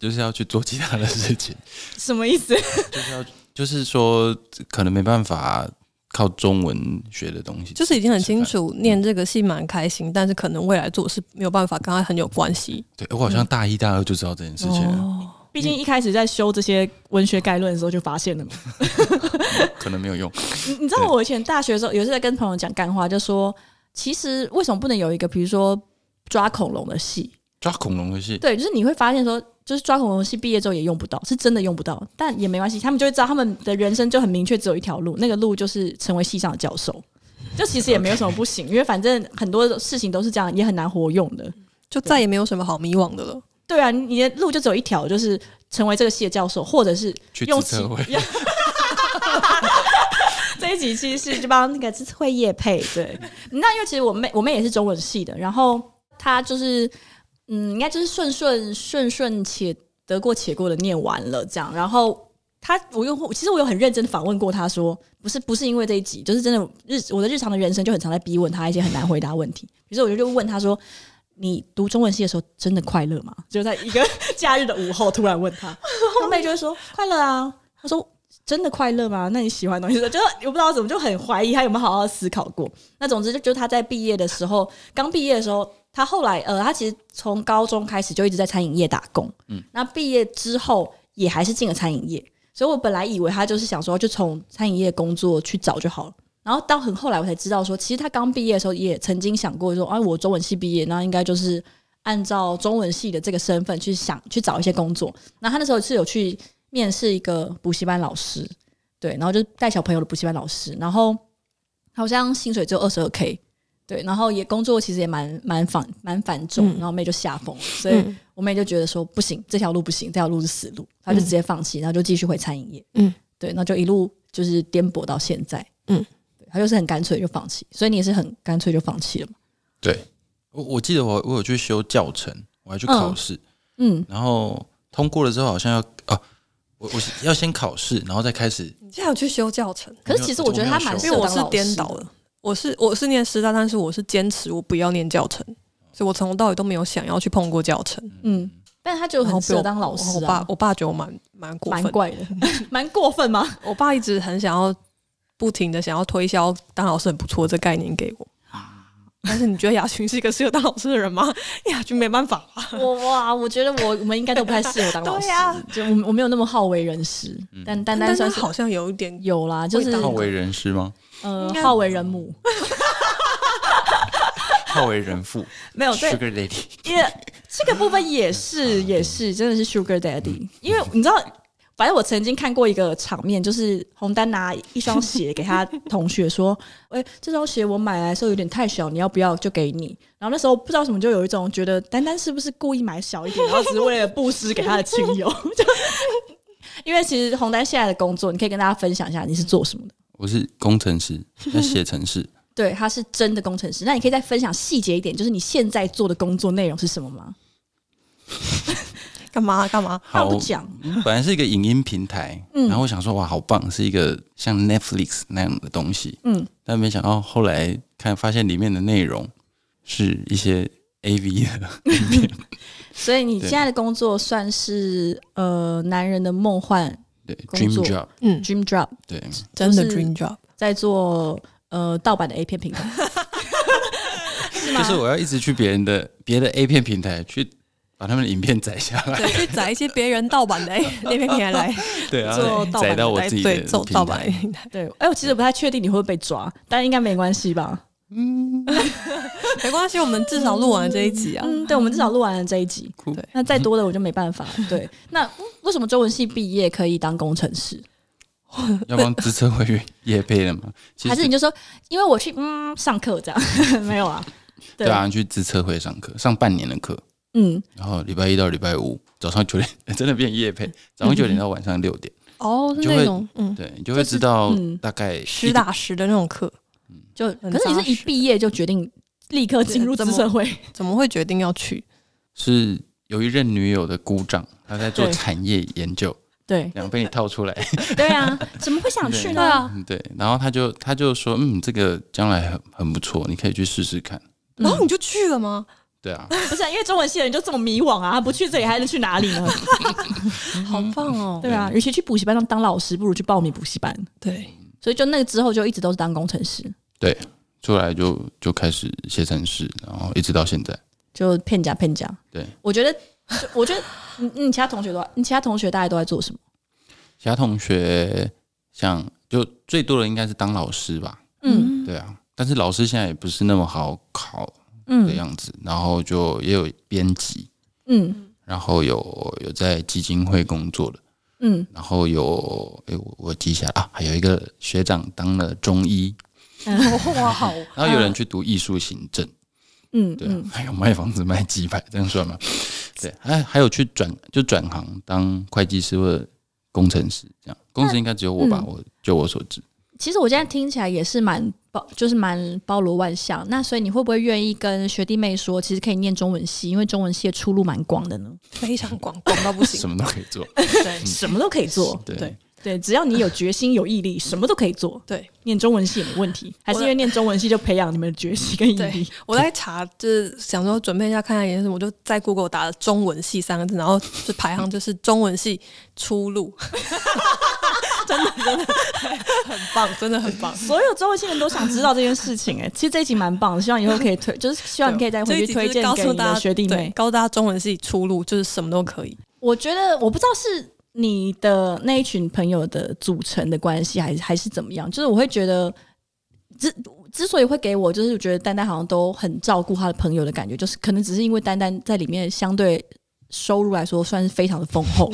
C: 就是要去做其他的事情，
A: 什么意思？
C: 就是要就是说可能没办法靠中文学的东西，
B: 就是已经很清
C: 吃饭。
B: 楚，念这个戏蛮开心，但是可能未来做事没有办法跟他很有关系。
C: 对我好
A: 嗯
C: 像大一大二就知道这件事情了，
B: 哦，
A: 毕竟一开始在修这些文学概论的时候就发现了嘛。
C: 可能没有用。
A: 你你知道我以前大学的时候，有一次在跟朋友讲干话，就说其实为什么不能有一个，比如说抓恐龙的戏？
C: 抓恐龙的戏，
A: 对，就是你会发现说，就是抓恐龙的戏毕业之后也用不到，是真的用不到，但也没关系，他们就会知道他们的人生就很明确，只有一条路，那个路就是成为系上的教授。就其实也没有什么不行，因为反正很多事情都是这样，也很难活用的。
B: 就再也没有什么好迷惘的了。
A: 对啊，你的路就只有一条，就是成为这个系的教授，或者是
C: 去
A: 用
C: 自测会
A: 这一集其实是就帮那个自会业配，对。那因为其实我妹我妹也是中文系的，然后她就是嗯，应该就是顺顺顺顺且得过且过的念完了这样，然后。她我用其实我有很认真的访问过她说，不是不是因为这一集，就是真的日我的日常的人生就很常在逼问她一些很难回答问题。比如说，我就就问她说：“你读中文系的时候真的快乐吗？”就在一个 假日的午后突然问她，我妹就会说：“快乐啊。”她说：“真的快乐吗？那你喜欢的东西是，就是我不知道怎么就很怀疑他有没有好好思考过。那总之就就是他在毕业的时候，刚毕业的时候，他后来呃，他其实从高中开始就一直在餐饮业打工，嗯，那毕业之后也还是进了餐饮业，所以我本来以为他就是想说就从餐饮业工作去找就好了。然后到很后来我才知道说，其实他刚毕业的时候也曾经想过说，啊，我中文系毕业，那应该就是按照中文系的这个身份去想去找一些工作。那他那时候是有去面试一个补习班老师，对，然后就是带小朋友的补习班老师，然后好像薪水只有二十二 k，对，然后也工作其实也蛮蛮繁蛮繁重，然后妹就吓疯了，所以
B: 嗯
A: 我妹就觉得说不行，这条路不行，这条路是死路，她就直接放弃，然后就继续回餐饮业，
B: 嗯，
A: 对，那就一路就是颠簸到现在，
B: 嗯
A: 对，她就是很干脆就放弃，所以你也是很干脆就放弃了嘛，
C: 对，我我记得我我有去修教程，我还去考试，
A: 嗯，
C: 然后通过了之后好像要哦、我我要先考试，然后再开始
B: 你现在有去修教程？
A: 嗯可是其实我觉得她蛮适
B: 因为
A: 合
B: 我
A: 当
B: 是
A: 老
B: 颠
A: 师
B: 倒
A: 的
B: 了，我是我是念师大，但是我是坚持我不要念教程，所以我从头到尾都没有想要去碰过教程。
A: 嗯，但是她就
B: 然后
A: 很
B: 被
A: 适合
B: 我
A: 当老
B: 我
A: 师
B: 爸
A: 啊，
B: 我爸觉得我蛮蛮过
A: 蛮
B: 分的，
A: 怪的， 蛮过分吗？
B: 我爸一直很想要不停的想要推销当老师很不错这概念给我。
A: 啊
B: 但是你觉得雅群是一个适合当老师的人吗？雅群没办法啊吧，
A: 我哇，我觉得我我们应该都不太适合当老师，
B: 对啊
A: 就我我没有那么好为人师，但丹丹
B: 但
A: 算
B: 是
A: 是
B: 好像有一点
A: 有啦，就是
B: 会当
C: 好为人师吗？
A: 呃
B: 应该
A: 好为人母，
C: 好为 人父
A: 没哦有对
C: ，Sugar Lady。
A: 因为这个部分也是也是真的是 Sugar Daddy，因为你知道，反正我曾经看过一个场面，就是红丹拿一双鞋给他同学说：“ 哎、这双鞋我买来的时候有点太小，你要不要？就给你。”然后那时候不知道为什么，就有一种觉得丹丹是不是故意买小一点，然后只是为了布施给他的亲友。就因为其实红丹现在的工作，你可以跟大家分享一下你是做什么的。
C: 我是工程师，那写程式，
A: 对，他是真的工程师。那你可以再分享细节一点，就是你现在做的工作内容是什么吗？
B: 干嘛干嘛，
A: 他
C: 好
A: 不讲，嗯
C: 嗯本来是一个影音平台，然后我想说哇，好棒，是一个像 Netflix 那样的东西，
A: 嗯
C: 嗯，但没想到后来看发现里面的内容是一些 AV 的，
A: 嗯所以你
C: 对
A: 现在的工作算是呃男人的梦幻
C: 对
A: 工
C: ，Dream
A: 作
C: Job，
B: 嗯，
A: dream job，
C: 对，
B: 真的
A: 就是
B: dream job，
A: 在做呃盗版的 A 片平台，是吗？
C: 就是我要一直去别人的别的 A 片平台去把他们的影片载下来，
B: 对，去载一些别人盗版的哎那边平台来
C: 对，然
B: 做
C: 后
B: 盗版
C: 载
B: 的
C: 到我
B: 来
C: 自己的
B: 对，做盗
C: 平
B: 版的
C: 台。
B: 平台，
A: 对，哎、我其实不太确定你会不会被抓，但应该没关系吧？
B: 没关系，我们至少录完了这一集啊。
A: 嗯，对，我们至少录完了这一集，
C: 酷
B: 对
A: 那再多的我就没办法。对，那嗯为什么中文系毕业可以当工程师？
C: 要帮资深会员也配 了嘛？其
A: 还是
C: 实
A: 你就说，因为我去嗯上课这样， 没有啊？
C: 对啊，去资策会上课，上半年的课，
A: 嗯，
C: 然后礼拜一到礼拜五早上九点， 真的变夜配，早上九点到晚上六点，
B: 哦，是
C: 就
B: 那
C: 会
B: 种嗯，
C: 对你就会知道
A: 嗯
C: 大概
B: 实打实的那种课，
A: 就
B: 很
A: 可是你
B: 扎
A: 是一
B: 实
A: 毕业就决定立刻进入
B: 怎
A: 资
B: 么
A: 社会，
B: 怎么会决定要去？
C: 是有一任女友的姑丈，他在做
A: 对
C: 产业研究，
A: 对
C: 两被你套出 来，
A: 对啊，怎么会想去
B: 对
A: 呢？
B: 啊，
C: 嗯对，然后他就他就说，嗯，这个将来很很不错，你可以去试试看，
A: 嗯
B: 然后你就去了吗？
C: 对啊，
A: 不是、啊、因为中文系的人就这么迷惘啊，他不去这里还能去哪里呢？
B: 好棒哦！
A: 对啊，与其去补习班当当老师，不如去报名补习班。
B: 对，
A: 所以就那个之后就一直都是当工程师，
C: 出来就就开始写程式，然后一直到现在，
A: 就骗假骗假。
C: 对，
A: 我觉得，我觉得你你其他同学都，你其他同学大概都在做什么？
C: 其他同学像就最多的应该是当老师吧，
A: 嗯
C: 对啊，但是老师现在也不是那么好考的
A: 嗯
C: 样子，然后就也有编辑，
A: 嗯
C: 然后有有在基金会工作的，
A: 嗯
C: 然后有诶、我我记一下啊，还有一个学长当了中医，
B: 哇，好，
C: 然后有人去读艺术行政，
A: 嗯
C: 对啊，
A: 嗯，
C: 还有卖房子卖鸡排，这样算吗？对，还还有去转就转行当会计师或者工程师这样，工程应该只有我吧？
A: 嗯
C: 我就我所知，
A: 其实我现在听起来也是蛮包，就是蛮包罗万象。那所以你会不会愿意跟学弟妹说，其实可以念中文系，因为中文系的出路蛮广的呢？
B: 非常广，广到 不
C: 什
B: 行。
C: 么都可以 做。
B: 对
A: 什么都可以做，
C: 对
B: 对
A: 对，只要你有决心、有毅力，什么都可以做。
C: 嗯
B: 对，
A: 念中文系也没问题，还是因为念中文系就培养你们的决心跟毅力
B: 对？， 我在查，就是想说准备一下看看研究生，我就在 Google 打了“中文系”三个字，然后就排行就是中文系出路， 真的真的很棒，真的很棒。
A: 所有中文系人都想知道这件事情、哎，其实这一集蛮棒的，希望以后可以 推，就是希望你可以再
B: 这
A: 回
B: 一
A: 去
B: 集
A: 推
B: 就是
A: 荐
B: 告
A: 给
B: 诉
A: 你
B: 大
A: 的
B: 家
A: 学弟
B: 对
A: 妹。
B: 告诉大家中文系出路就是什么都可以。
A: 我觉得我不知道是你的那一群朋友的组成的关系，还是还是怎么样，就是我会觉得之。之所以会给我，就是我觉得丹丹好像都很照顾他的朋友的感觉，就是可能只是因为丹丹在里面相对收入来说算是非常的丰 厚，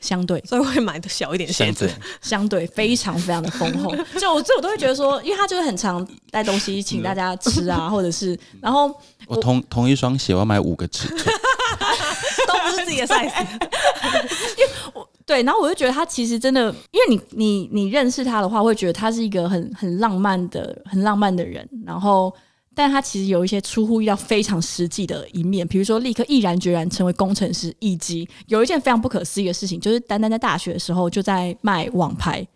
A: 相对
B: 所以会买的小一点鞋
C: 像这
B: 子，
C: 样，
A: 相对非常非常的丰厚。就我这我都会觉得说，因为他就是很常带东西请大家吃啊，或者是然后
C: 我同同一双鞋我要买五个尺寸，
B: 都不是自己的 size。
A: 对，然后我就觉得他其实真的，因为你你你认识他的话，会觉得他是一个很很浪漫的很浪漫的人，然后。但他其实有一些出乎意料、非常实际的一面，比如说立刻毅然决然成为工程师，以及有一件非常不可思议的事情，就是丹丹在大学的时候就在卖网拍，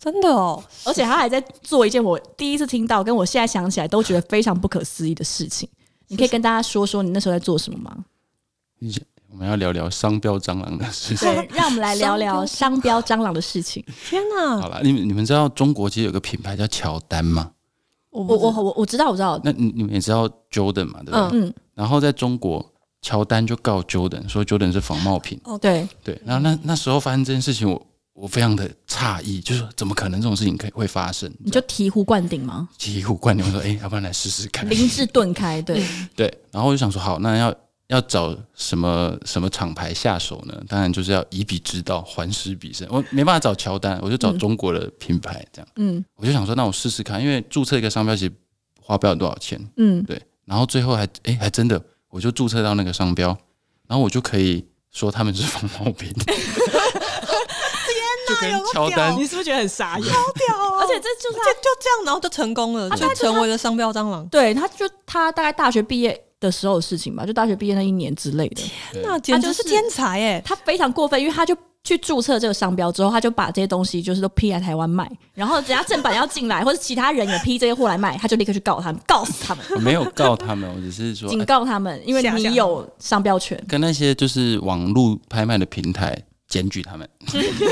B: 真的哦，
A: 而且他还在做一件我第一次听到，跟我现在想起来都觉得非常不可思议的事情。你可以跟大家说说你那时候在做什么吗？
C: 我们要聊聊商标蟑螂的 事情。
A: 对，让我们来聊 聊商标蟑螂的事情。
B: 天哪！
A: 嗯
C: 好了，你们你们知道中国其实有个品牌叫乔丹吗？
B: 我
A: 我
B: 我
A: 我
B: 我
A: 我我知道，我知道，
C: 那你你们也知道 Jordan 嘛，对不对？
B: 嗯
A: 嗯，
C: 然后在中国，乔丹就告 Jordan 说 Jordan 是仿冒品。
A: 对，
C: 对，然后那那时候发生这件事情，我我非常的诧异，就是说怎么可能这种事情可以会发生？
A: 你就醍醐灌顶吗？
C: 醍醐灌顶，我说哎、要不然来试试看。
A: 灵智顿开，对，
C: 对，然后我就想说，好，那要要找什么什么厂牌下手呢？当然就是要以彼之道还施彼身。我没办法找乔丹，我就找
A: 嗯
C: 中国的品牌，这样、
A: 嗯
C: 我就想说，那我试试看，因为注册一个商标其实花不了多少钱，
A: 嗯，
C: 对，然后最后还哎、还真的我就注册到那个商标，然后我就可以说他们是仿冒 品。天就跟乔丹
A: 是不是觉得很傻眼？
B: 屌哦，
A: 而且这就是他，
B: 就这样，然后就成功了，就成为了商标蟑螂。
A: 对，他就他大概大学毕业的时候的事情吧，就大学毕业那一年之类的。
C: 对
B: 那简
A: 他
B: 直
A: 就是是
B: 天才哎！
A: 他非常过分，因为他就去注册这个商标之后，他就把这些东西就是都批来台湾卖，然后人家正版要进来，或者其他人也批这些货来卖，他就立刻去告他们，告死 他们，
C: 我没有告他们，我只是说、
A: 警
C: 哎
A: 告他 们，因为
B: 吓吓
A: 你有商标权。
C: 跟那些就是网络拍卖的平台检 举他们，检举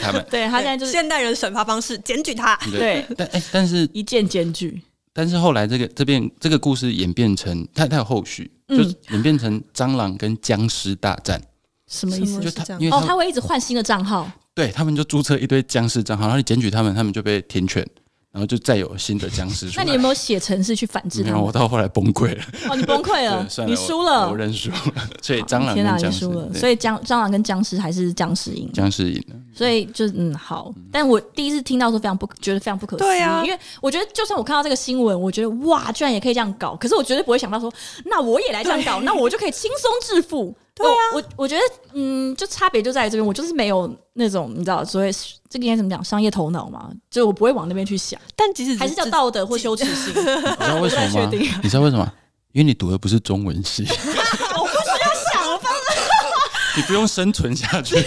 C: 他们。
A: 对他现在就是
B: 现代人审罚方式，检举他。
A: 对
C: 但哎、但是
A: 一键检举，
C: 但是后来这个这边这个故事演变成它它有后续，
A: 嗯
C: 就是演变成蟑螂跟僵尸大战，
A: 什么意
B: 什
A: 思
B: 么？
C: 就是
B: 这
C: 他
B: 样
C: 因为他
A: 哦，
C: 们、
A: 他会一直换新的账号，
C: 对他们就注册一堆僵尸账号，然后你检举他们，他们就被停权，然后就再有新的僵尸出
A: 那
C: 来。
A: 你有没有写程式去反制他
C: 没有我
A: 们？
C: 到后来崩溃了，
A: 哦， 你崩溃了
C: 对，算了，
A: 你
C: 我
A: 输了
C: 我。认输了。所以蟑螂
A: 天
C: 跟
A: 哪，
C: 僵
A: 你
C: 尸
A: 输了，，
C: 对
A: 所以僵蟑螂跟僵尸还是僵尸赢，
C: 僵尸赢了。
A: 所以就嗯好。但我第一次听到的时候非常不觉得非常不可思议，
B: 对啊
A: 因为我觉得就算我看到这个新闻，我觉得哇，居然也可以这样搞，可是我绝对不会想到说，那我也来这样搞，那我就可以轻松致富。对啊，我我觉得嗯，就差别就在这边，我就是没有那种你知道，所谓这个应该怎么讲，商业头脑嘛，就我不会往那边去想，
B: 但即使
A: 还是叫道德或羞耻心。
C: 你知道为什么
A: 我
C: 吗
A: 不太确 定？啊
C: 你知道为什么？因为你读的不是中文系，
A: 我不需要想，我放
C: 你你不用生存 下
A: 啊
C: 去。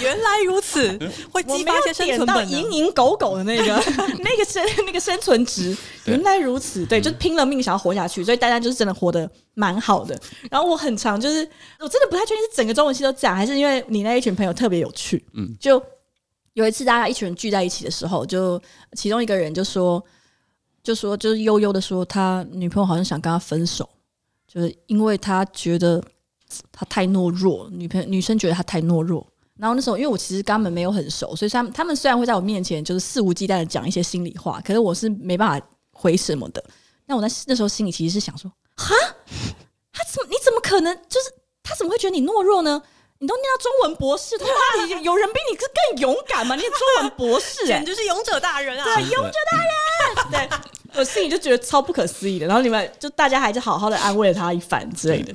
B: 原来如此，会
A: 我
B: 激
A: 没
B: 发一
A: 有
B: 些生
A: 点
B: 存
A: 到
B: 本能
A: 蝇营狗苟的那 个 那个生那个生存值，
C: 对
A: 原来如此，对，就是拼了命想要活下去，所以大家就是真的活得蛮好的。然后我很常就是，我真的不太确定是整个中文系都这样，还是因为你那一群朋友特别有趣，
C: 嗯
A: 嗯，就有一次大家一群人聚在一起的时候，就其中一个人就说，就说就是悠悠的说，他女朋友好像想跟他分手，就是因为他觉得他太懦弱，女朋女生觉得他太懦弱。然后那时候，因为我其实跟他们没有很熟，所以他们他们虽然会在我面前就是肆无忌惮的讲一些心里话，可是我是没办法回什么的。那我那那时候心里其实是想说，哈，他怎么你怎么可能就是他怎么会觉得你懦弱呢？你都念到中文博士，他妈的有人比你更勇敢吗？你也中文博士、欸
B: 简，直是勇者大人啊！
A: 对，勇者大人。对，我心里就觉得超不可思议的。然后你们就大家还是好好的安慰了他一番之类的。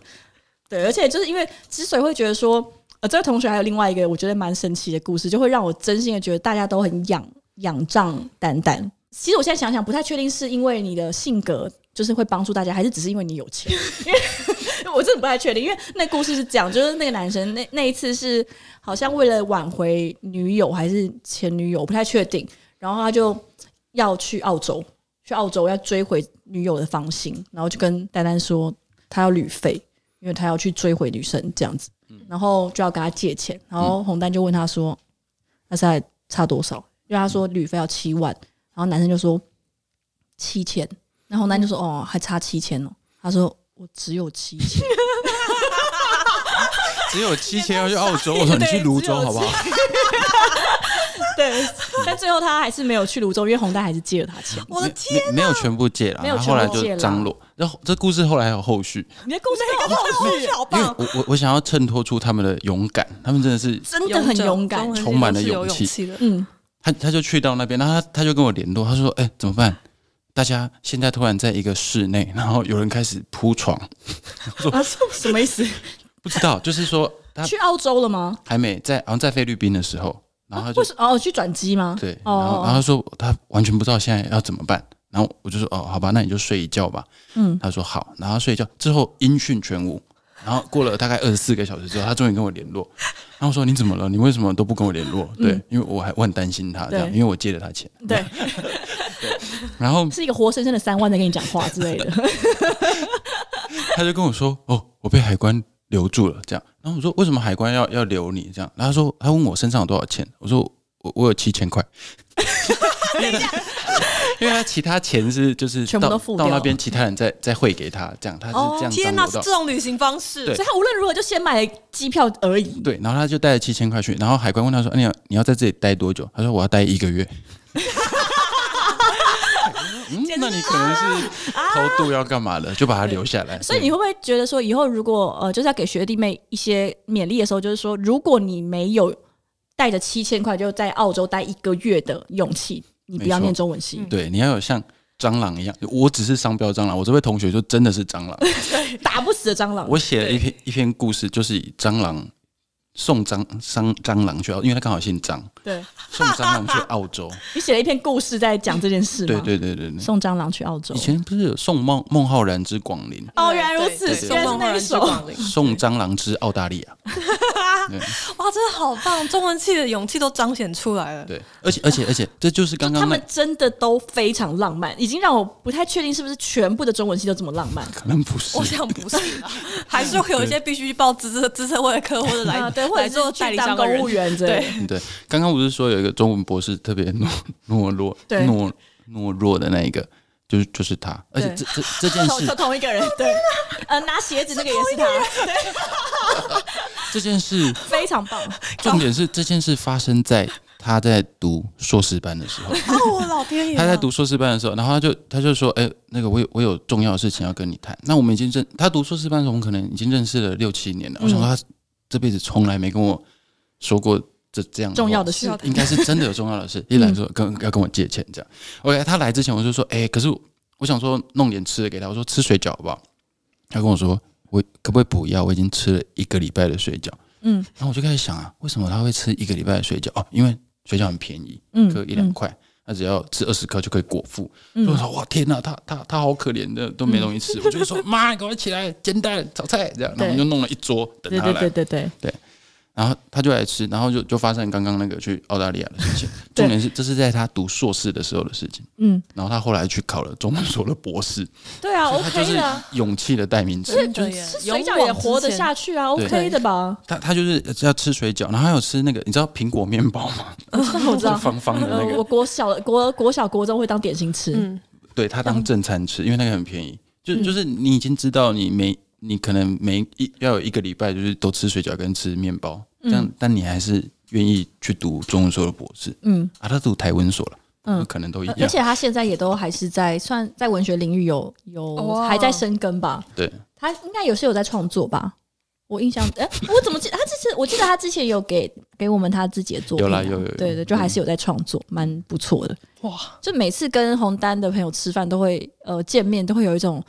A: 对，而且就是因为之所以会觉得说，呃，这位同学还有另外一个我觉得蛮神奇的故事，就会让我真心的觉得大家都很仰仰仗丹丹。其实我现在想想，不太确定是因为你的性格就是会帮助大家，还是只是因为你有钱。 因为我真的不太确定，因为那故事是这样，就是那个男生那那一次是好像为了挽回女友还是前女友，我不太确定。然后他就要去澳洲，去澳洲要追回女友的芳心，然后就跟丹丹说他要旅费，因为他要去追回女生这样子，然后就要跟他借钱，然后红丹就问他说，那现在差多少？因为他说旅费要七万，然后男生就说七千，然后红丹就说哦还差七千哦，他说我只有七千，
C: 只有七千要去澳洲，我说你去泸州好不好？
A: 对，但最后他还是没有去泸州，因为红丹还是借了他钱。
B: 我的天，
C: 没没有全部借了，
A: 啊没有
C: 他
A: 全
C: 后
A: 部
C: 来
A: 戒
C: 就
A: 啦
C: 张罗。然后这故事后来还有后续，
A: 你的故事都有后续，
B: 好
C: 因为
B: 棒，
C: 我我我想要衬托出他们的勇敢，他们真的是
A: 真的很勇敢
B: 中文。系
C: 充满了
B: 都是有
C: 勇气
B: 气的。
A: 嗯，
C: 他他就去到那边，然后他他就跟我联络，他说：“哎、怎么办？大家现在突然在一个室内，然后有人开始铺床，
A: 啊，什么意思？
C: 不知道，就是说他
A: 去澳洲了吗？
C: 还没在，好像在菲律宾的时候，然后他就、
A: 为什么哦去转机吗？
C: 对，然
A: 哦
C: 后
A: 哦
C: 然后他说他完全不知道现在要怎么办，然后我就说：哦，好吧，那你就睡一觉吧。
A: 嗯，
C: 他说好，然后他睡一觉之后音讯全无，然后过了大概二十四个小时之后，他终于跟我联络，然后我说你怎么了？你为什么都不跟我联络？对，因为我还我很担心他这样，
A: 嗯对
C: 因为我借了他钱，
A: 对，
C: 然后
A: 是一个活生生的三万在跟你讲话之类 的。
C: 他就跟我说：“哦，我被海关留住了。”这样，然后我说：“为什么海关要要留你？”这样，然后他说：“他问我身上有多少钱。”我说：“我我有七千块。”因为他因为他其他钱是就是
A: 全部
C: 到
A: 都付掉
C: 到
A: 了
C: 那边其他人再再汇给他，这样他是
A: 哦
C: 这样
B: 天
C: 张
B: 哪，
C: 罗
B: 是
C: 到
B: 这。种旅行方式，
C: 对
A: 所以他无论如何就先买了机票而已。
C: 对，然后他就带了七千块去，然后海关问他说：“哎、你要你要在这里待多久？”他说：“我要待一个月。” 嗯，那你可能是偷渡要干嘛的，就把他留下来。
A: 所以你会不会觉得说，以后如果呃，就是要给学弟妹一些勉励的时候，就是说，如果你没有带着七千块就在澳洲待一个月的勇气，你不要
C: 没错
A: 念中文系，
C: 对，你要有像蟑螂一样，我只是商标蟑螂，我这位同学就真的是 蟑螂。
A: 打不死的蟑螂。
C: 我写了一篇一篇故事，就是以蟑螂送蟑商蟑螂去澳，因为他刚好姓张，
A: 对
C: 送蟑螂去澳 洲。
A: 你写了一篇故事在讲这件事吗？
C: 对对对对对，
A: 送蟑螂去澳洲
C: 以。前不是有送孟孟浩然之广陵，
A: 哦，原来如此，
B: 对对
A: 原来是那一
B: 送
A: 首。
B: 梦幻人之
C: 送蟑螂之澳大 利亚。
B: 光哇，真的好棒！中文系的勇气都彰显出来了。
C: 对，而且而且而且，这就是刚
A: 他
C: 刚那
A: 们真的都非常浪漫，已经让我不太确定是不是全部的中文系都这么浪漫。
C: 可能不是
B: 我。想不是 吧，还是会有一些必须报资资社会的课，或者来、
A: 啊，对，或者
B: 来
A: 是
B: 做
A: 去
B: 代理
A: 当
B: 商的
A: 公
B: 人
A: 务。员之类的。
C: 对，刚刚不是说有一个中文博士特别懦 懦弱、
A: 对
C: 懦懦弱的那一个，就是就是他，而且
A: 对
C: 这这这 件
A: 同
C: 事
A: 就同一个人，对，呃，拿鞋子那个也是他，
C: 这件事
A: 非常棒。
C: 重点是这件事发生在他在读硕士班的 时候，
B: 哦，我老天爷、啊！
C: 他在读硕士班的时候，然后他就他就说，哎、那个我有我有重要的事情要跟你谈。那我们已经认他读硕士班的时候，我们可能已经认识了六七年了。我
A: 嗯
C: 想说他这辈子从来没跟我说过这这 样
A: 重要
C: 话
A: 的事，
C: 应该是真的有重要 的事。一来说跟要跟我借钱这样，OK，他来之前我就说，哎、可是我想说弄点吃的给他，我说吃水饺好不好？他跟我说，我可不可以不要？我已经吃了一个礼拜的水饺。
A: 嗯
C: 然后我就开始想啊，为什么他会吃一个礼拜的水饺？哦，因为水饺很便宜，
A: 嗯
C: 颗一两块，他只要吃二十颗就可以果腹。
A: 嗯
C: 所以我说哇天哪，他他他好可怜的，都没东 西吃。我就说妈，你赶快起来煎蛋炒菜这样，然后我们就弄了一桌等
A: 对
C: 他
A: 对
C: 来
A: 对。对对，
C: 然后他就来吃，然后就就发生刚刚那个去澳大利亚的事情。
A: 对
C: 重点是，这是在他读硕士的时候的事情。
A: 嗯，
C: 然后他后来去考了中文所的博士，
A: 对啊
C: 所以他就
A: ，OK
C: 是
A: 的啊，
C: 勇气的代名词。
B: 真
A: 就
B: 的耶
A: 吃水饺也活得下去啊
C: 对
A: ，OK 的吧？
C: 他他就是要吃水饺，然后还有吃那个，你知道苹果面包吗？
A: 那我知
C: 就
A: 道。
C: 方方的那
A: 呃，我
C: 个，
A: 国小、国国小、国中会当点心吃，
B: 嗯，
C: 对他当正餐吃，因为那个很便宜。就
A: 嗯
C: 就是你已经知道，你每你可能每一要有一个礼拜就是都吃水饺跟吃面包，
A: 嗯
C: 这样，但你还是愿意去读中文所的博士
A: 嗯，
C: 啊，他读台文所了，
A: 嗯
C: 嗯，可能都一
A: 而
C: 样。
A: 且他现在也都还是在算在文学领域有有
B: 哇
A: 还在生根吧？
C: 对，
A: 他应该有是有在创作吧？我印象，哎、我怎么记？他之前我记得他之前有给给我们他自己的作品啊、
C: 有啦有有有嗯
A: 对对，就还是有在创作，蛮不错的。
B: 哇，
A: 就每次跟红丹的朋友吃饭，都会呃见面，都会有一种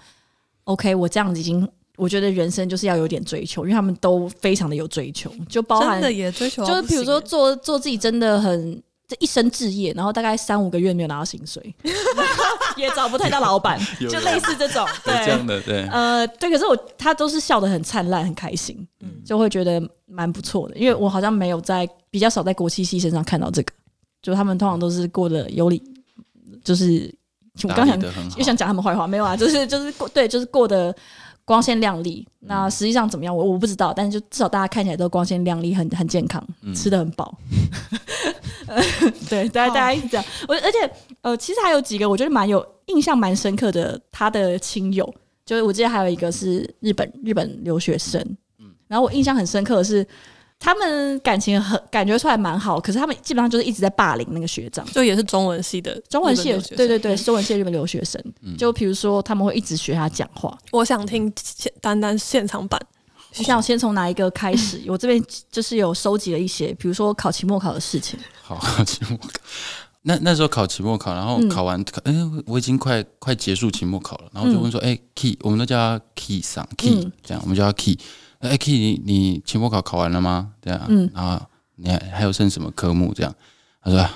A: OK，我这样子已经，我觉得人生就是要有点追求，因为他们都非常的有追求，就包含
B: 真的也追求到
A: 就
B: 啊不行耶，
A: 是比如
B: 欸
A: 说做做自己真的很这一生置业，然后大概三五个月没有拿到薪 水，也找不太到老板，
C: 有
A: 就类似这种
C: 有这
A: 对
C: 样。的，对，
A: 呃，对，可是我他都是笑得很灿烂，很开心，
C: 嗯
A: 就会觉得蛮不错的。因为我好像没有在比较少在国际系身上看到这个，就他们通常都是过得有理，就是我
C: 打
A: 刚
C: 理
A: 想
C: 的很好
A: 又。想讲他们坏话，没有啊，就是就是过对，就是过得光鲜亮丽。那实际上怎么样，我我不知道，但是就至少大家看起来都光鲜亮丽，很很健康，
C: 嗯
A: 吃的很饱。 对，大家
B: 好
A: 大家一直这样。我而且呃，其实还有几个我觉得蛮有印象蛮深刻的，他的亲友，就是我记得还有一个是日本日本留学生，然后我印象很深刻的是。他们感情很感觉出来蛮好，可是他们基本上就是一直在霸凌那个学长。
B: 就也是中文系的
A: 中文系也
B: 日本留学生
A: 对对对，中文系的日本留学生，
C: 嗯
A: 就比如说他们会一直学他讲话。
B: 我想听现丹丹现场版，
A: 你想先从哪一个开 始？我这边就是有收集了一些，比如说考期末考的事情。
C: 好， 考期末考。那那时候考期末考，然后
A: 嗯
C: 考完，哎、我已经快快结束期末考了，然后我就问说，哎、k e y 我们都叫他 Key 上 Key，、
A: 嗯
C: 这样我们叫他 Key，哎、Key，你你期末考考完了吗？这样，
A: 嗯
C: 然后你还还有剩什么科目？这样，他说、啊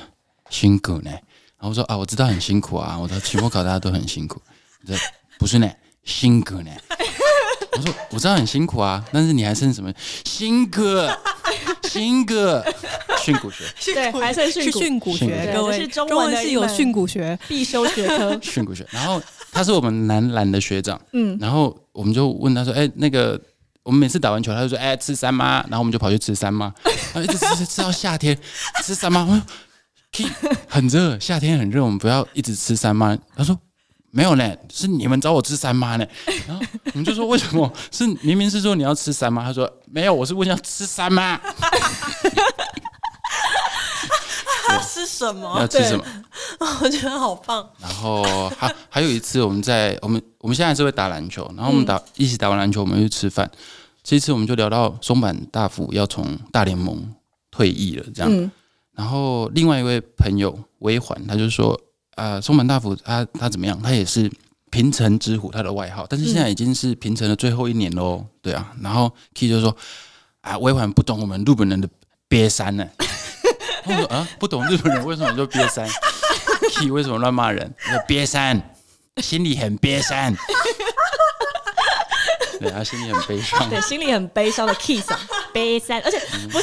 C: 辛苦呢，然后我说啊，我知道很辛苦啊，我的期末考大家都很辛苦，他说不是呢，辛苦呢。我说我知道很辛苦啊，但是你还剩什么辛苦？辛苦，训诂 学，
A: 对还剩训
B: 是
A: 蛊
B: 训蛊
C: 训
B: 学，
C: 蛊，
B: 各
A: 对
B: 位
A: 是中文的
B: 文系有
A: 一门
B: 训蛊学，
A: 必修学科
C: 训过去。然后他是我们男篮的学长，
A: 嗯，
C: 然后我们就问他说：“哎、那个我们每次打完球，他就说：‘哎、吃三妈’，然后我们就跑去吃三妈，然后一直吃吃吃到夏天，吃三妈。我说：‘K 很热，夏天很热，我们不要一直吃三妈。’他说。”没有呢，是你们找我吃三妈呢，然后我们就说为什么？是明明是说你要吃三妈，他说没有，我是问要吃三妈，
B: 它是什
C: 你要
B: 么？
C: 吃什么？
B: 我觉得好棒，
C: 然后还还有一次，我们在我们我们现在还是会打篮球，然后我们打、一起打完篮球，我们去吃饭。这一次我们就聊到松坂大辅要从大联盟退役了，这样。
A: 嗯
C: 然后另外一位朋友微环，他就说，啊，松坂大辅他他怎么样？他也是平成之虎，他的外号，但是现在已经是平成的最后一年喽，对啊。然后 Key 就说，啊，微环不懂我们日本人的 憋三呢、我说啊，不懂日本人为什么就憋三？Key 为什么乱骂人？他说憋三，心里很憋三。对他心里很悲伤。
A: 对，心里很悲伤的 Kiss 啊悲伤，而且不 是，我觉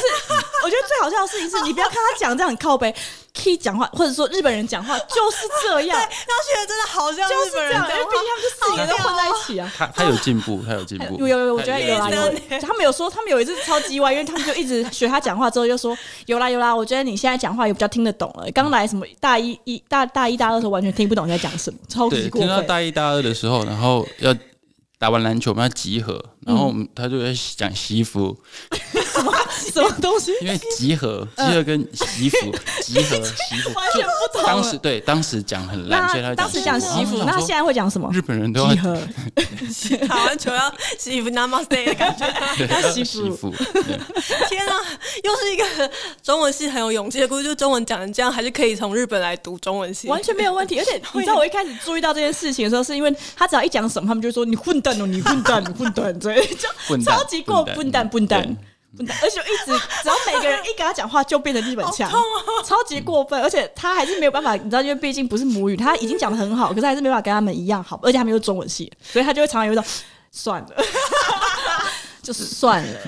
A: 得最好笑的事情是你不要看他讲这样很靠背，Key 讲话或者说日本人讲话就是这 样，
B: 他学的真的好像
A: 就是
B: 日本
A: 这
B: 人
A: 样，
B: 讲
A: 因为毕竟
B: 话，
A: 他们就四年都混在一起啊。
C: 他他有进步，他有 进步。
A: 有有有，我觉得有啦
B: 太
A: 有
B: 认真
A: 啦。他们有说，他们有一次超级歪，因为他们就一直学他讲话，之后就说有啦有啦。我觉得你现在讲话也比较听得懂了。刚来什么大一一大大一大二的时候完全听不懂你在讲什么，超级
C: 对，
A: 过
C: 听到
A: 分。
C: 大一大二的时候，然后要打完篮球，我们要集合，
A: 嗯
C: 然后我们他就在讲 西服，
A: 什么东西？
C: 因为集合、
A: 嗯
C: 集合跟西 服、集合、西服，
A: 完全不懂。
C: 当时对当时讲很烂，所以
A: 哦那
C: 他
A: 当时
C: 讲
A: 讲
C: 西
A: 西服，
C: 然后我
A: 那
C: 想
A: 他
C: 说
A: 现在会讲什么？
C: 日本人都要
A: 集合，
B: 打完球要洗衣服 namaste 的感觉。
C: 对
A: 他
C: 要
A: 西
C: 西
A: 服
C: 服，对
B: 天啊，又是一个中文系很有勇气的故事，就中文讲成这样，还是可以从日本来读中文系。
A: 完全没有问题。 而且你知道，我一开始注意到这件事情的时候，是因为他只要一讲什么，他们就说你混蛋哦，你混蛋，你混 蛋，这就
C: 混蛋
A: 超级过
C: 混
A: 笨
C: 蛋
A: 蛋笨
C: 对
A: 蛋。笨蛋，而且我一直只要每个人一跟他讲话，就变成日本 腔，
C: 哦
A: 超级过分。而且他还是没有办法，你知道，因为毕竟不是 母语，他已经讲的很好，可是还是没办法跟他们一样好，而且他们又是中文系，所以他就会常常有一种算了。 就算 了。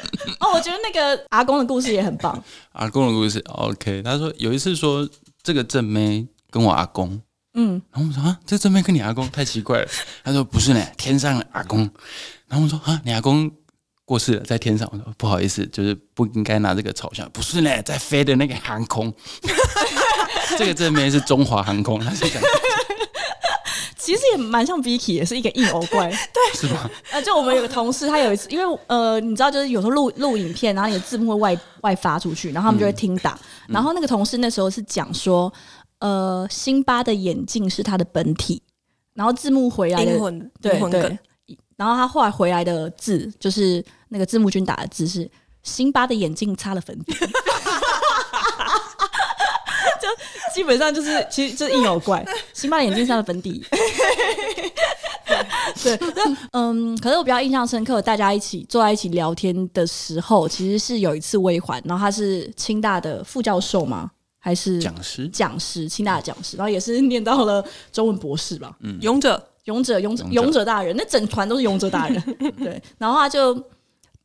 A: 哦，我觉得那个阿公的故事也很棒。
C: 阿公的故事，OK。他说有一次说这个正妹跟我阿公，
A: 嗯，
C: 然后我们说啊，这正妹跟你阿公太奇怪了。 他说不是呢，天上的阿公。然后我说啊，你阿公过世了，在天上。我说哦不好意思，就是不应该拿这个嘲笑。不是呢，在飞的那个航空。 这个正妹是中华航空，他是讲
A: 其实也蛮像 Vicky，也是一个硬偶怪。
C: 是吗？
A: 呃，就我们有个同事，他有一次，因为呃，你知道，就是有时候录录影片，然后你的字幕会外外发出去，然后他们就会听打。然后那个同事那时候是讲说，呃，辛巴的眼镜是他的本体，然后字幕回来
B: 阴
A: 的，
B: 魂
A: 对
B: 阴魂
A: 对
B: 梗，，
A: 然后他后来回来的字就是那个字幕君打的字是辛巴的眼镜擦了粉底。就基本上就是，其实就是硬有怪，辛巴的眼镜擦了粉底。对，那嗯，可是我比较印象深刻，大家一起坐在一起聊天的时候，其实是有一次微环，然后他是清大的副教授吗？还是
C: 讲师
A: 讲师？清大的讲师，然后也是念到了中文博士吧？
B: 勇者
A: 勇者勇者
C: 勇者
A: 勇者大人，那整团都是勇者大人。 对，然后他就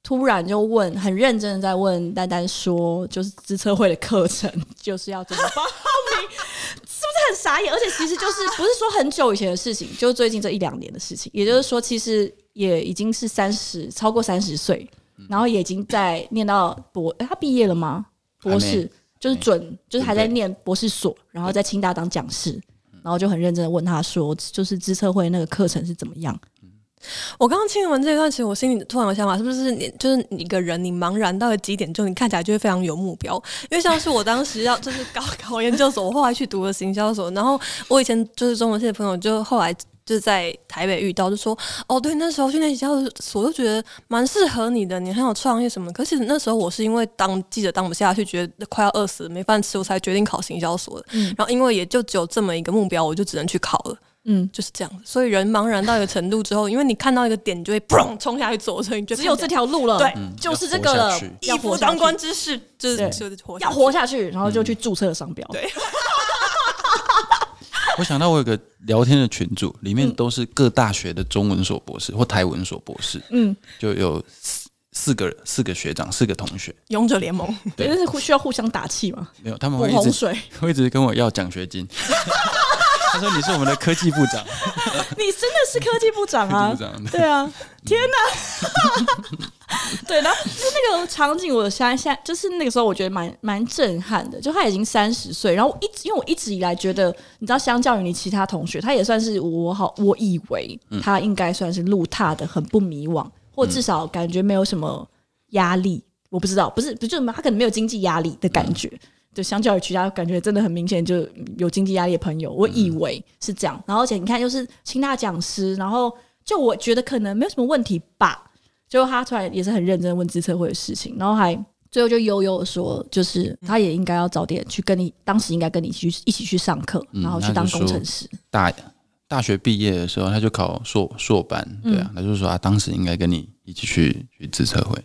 A: 突然就问，很认真的在问丹丹说，就是资策会的课程就是要怎么报名， 是不是很傻眼？而且其实就是不是说很久以前的事情，就是最近这一两年的事情。也就是说，其实也已经是三十，超过三十岁，然后也已经在念到博，哎诶他毕业了吗？博
C: 还
A: 士
C: 没
A: 就是准，就是还在
C: 准备
A: 念博士所，然后在清大当讲师。然后就很认真的问他说，就是资策会那个课程是怎么样？
B: 我刚刚听完这一段，其实我心里突然有想法，是不是你就是你一个人，你茫然到了极点之后，你看起来就会非常有目标。因为像是我当时要就是搞搞研究所，我后来去读了行销所，然后我以前就是中文系的朋友，就后来。就在台北遇到，就说哦，对，那时候去那行销所就觉得蛮适合你的，你很有创业什么。可是其实那时候我是因为当记者当不下去，觉得快要饿死了没饭吃，我才决定考行销所的。
A: 嗯
B: 然后因为也就只有这么一个目标，我就只能去考了。
A: 嗯，
B: 就是这样子。所以人茫然到一个程度之后，因为你看到一个点，你就会砰冲下去走，所以你就
A: 只有这条路了，
B: 对，
A: 就是这个了
C: 嗯要活下去，
B: 一
A: 要
B: 夫
A: 活
B: 当关
A: 下去，
B: 之事，就是
A: 对
B: 就是活下
A: 要
B: 去
A: 活下去，然后
C: 嗯
A: 就去注册商标。
B: 对
C: 我想到我有个聊天的群组，里
A: 嗯
C: 面都是各大学的中文所博士或台文所博士，
A: 嗯，
C: 就有四四个人四个学长，四个同学，
B: 勇者联盟。
C: 对
A: 但是互需要互相打气嘛，
C: 没有他们
A: 补
C: 会
A: 洪
C: 哦一直
A: 水。
C: 会一直跟我要奖学金。 他说你是我们的科技部 长，
A: 你真的是科技部长啊
C: 科技部长！
A: 对啊，天哪！ 对，然后就那个场景，我现在现在就是那个时候，我觉得蛮蛮震撼的。就他已经三十岁，然后我一直因为我一直以来觉得，你知道，相较于你其他同学，他也算是我好，我以为他应该算是路踏的很不迷惘，或至少感觉没有什么压力。我不知道，不是，不是就是他可能没有经济压力的感觉。就相较于其他，感觉真的很明显，就有经济压力的朋友，我以为是这样。然后而且你看，又是清大讲师，然后就我觉得可能没有什么问题吧。结果他突然也是很认真地问资策会的事情，然后还最后就悠悠的说，就是他也应该要早点去跟你，当时应该跟你去一起去上课，
C: 嗯
A: 然后去当工程师。
C: 大大学毕业的时候他就考硕硕班，对啊，
A: 嗯
C: 他就说啊，当时应该跟你一起去去自测会，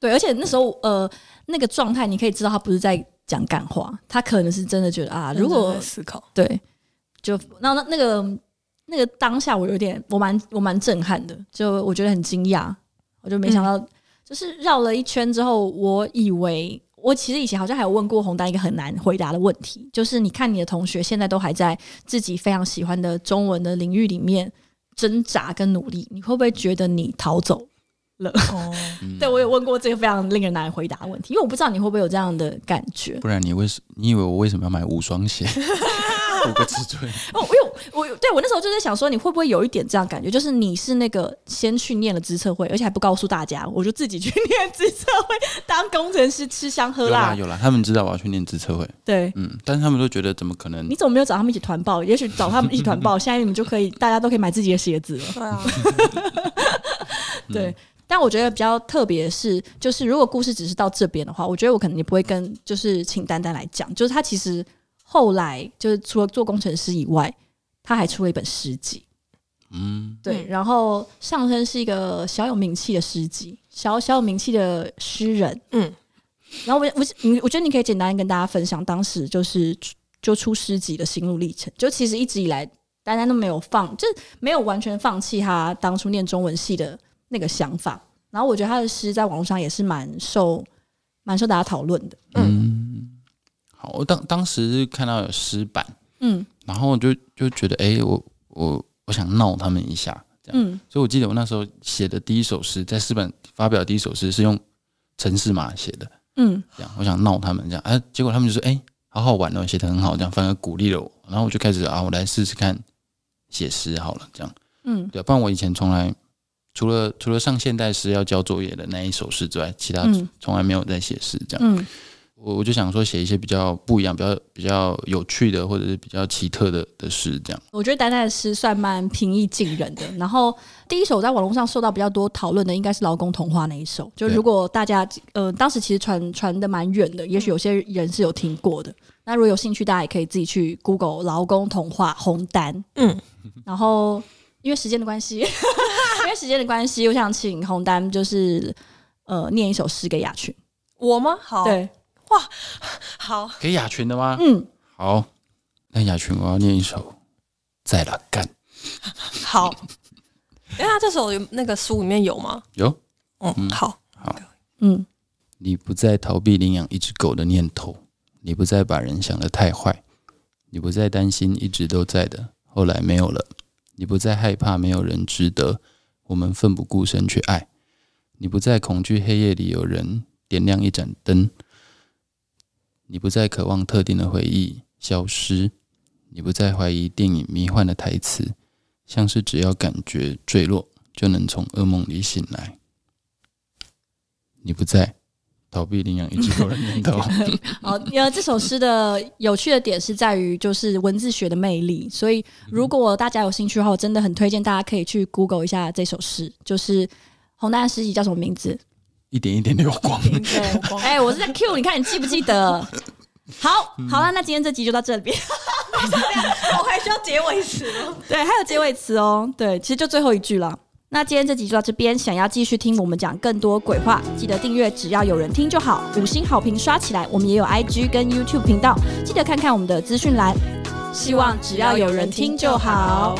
A: 对，而且那时候呃，那个状态你可以知道他不是在讲干话，他可能是真的觉得啊，如
B: 认
A: 果
B: 真在思考，
A: 对，就那那那个那个当下，我有点我蛮我蛮震撼的，就我觉得很惊讶，我就没想到，就是绕了一圈之后，我以为我其实以前好像还有问过红丹一个很难回答的问题，就是你看你的同学现在都还在自己非常喜欢的中文的领域里面挣扎跟努力，你会不会觉得你逃走？
B: 哦，
A: 对我有问过这个非常令人难以回答的问题，因为我不知道你会不会有这样的感觉。
C: 不然你为什你以为我为什么要买五双鞋， 五个尺寸？
A: 哦，因为我有对我那时候就在想说，你会不会有一点这样感觉，就是你是那个先去念了资策会，而且还不告诉大家，我就自己去 念资策会当工程师，吃香喝
C: 有啦
A: 辣。
C: 有啦，他们知道我要去念自测会，
A: 对，
C: 嗯，但是他们都觉得怎么可能
A: 你？怎么没有找他们一起团报？也许找他们一起团 报，现在你们就可以，大家都可以买自己的鞋子了。
B: 对啊，
C: 嗯
A: 对。但我觉得比较特别的是，就是如果故事只是到这边的话，我觉得我可能也不会跟就是请丹丹来讲，就是他其实后来就是除了做工程师以外，他还出了一本诗集，
C: 嗯，
A: 对，
B: 嗯
A: 然后上身是一个小有名气的诗集，小小有名气的诗人。
B: 嗯，
A: 然后我我你我觉得你可以简单跟大家分享当时就是出就出诗集的心路历程。就其实一直以来，大家都没有放，就是没有完全放弃他当初念中文系的那个想法。然后我觉得他的诗在网络上也是蛮受蛮受大家讨论的。
C: 嗯，好，我当当时是看到有诗版，
A: 嗯
C: 然后我就就觉得，哎、我我我想闹他们一下，这样。
A: 嗯，
C: 所以我记得我那时候写的第一首诗，在诗版发表的第一首诗是用陈世马写的，
A: 嗯，
C: 这样我想闹他们这样，啊，结果他们就说，哎、好好玩哦，写的很好，这样反而鼓励了我，然后我就开始啊，我来试试看写诗好了，这样。
A: 嗯，
C: 对，不然我以前从来除了除了上现代诗要交作业的那一首诗之外，其他
A: 嗯
C: 从来没有在写诗这样。
A: 嗯，
C: 我我就想说写一些比较不一样、比较比较有趣的，或者是比较奇特的的诗这样。
A: 我觉得丹丹的诗算蛮平易近人的。然后第一首在网络上受到比较多讨论的，应该是《劳工童话》那一首。就
C: 对
A: 如果大家呃当时其实传传的蛮远的，
B: 嗯
A: 也许有些人是有听过的。那如果有兴趣，大家也可以自己去 Google《劳工童话》红丹。
B: 嗯，
A: 然后因为时间的关系， 因为时间的关系，我想请红丹就是呃念一首诗给雅群。
B: 我吗？好，
A: 对，
B: 好，
C: 给雅群的吗？
A: 嗯，
C: 好，那雅群我要念一首。在了干
B: 好。哎，他这首有那个书里面有吗？
C: 有
B: 嗯，好，
A: 嗯
C: 你不再逃避领养一只狗的念头，你不再把人想得太坏，你不再担心一直都在的后来没有了，你不再害怕没有人值得我们奋不顾身去爱，你不再恐惧黑夜里有人点亮一盏灯，你不再渴望特定的回忆消失，你不再怀疑电影迷幻的台词，像是只要感觉坠落就能从噩梦里醒来，你不再。逃避领养一只狗的念头。
A: 好，因为这首诗的有趣的点是在于就是文字学的魅力，所以如果大家有兴趣的话，我真的很推荐大家可以去 Google 一下这首诗，就是。红丹的诗集叫什么名字？
C: 一点一点流光。
B: 对
A: 哎、我是在 Q，你看你记不记得？ 好，好了，那今天这集就到这边。
B: 哎我还需要结尾词吗？
A: 对，还有结尾词哦。对，其实就最后一句了。那今天这集就到这边，想要继续听我们讲更多鬼话，记得订阅，只要有人听就好，五星好评刷起来。我们也有 IG 跟 YouTube 频道，记得看看我们的资讯栏。希望只要有人听就好。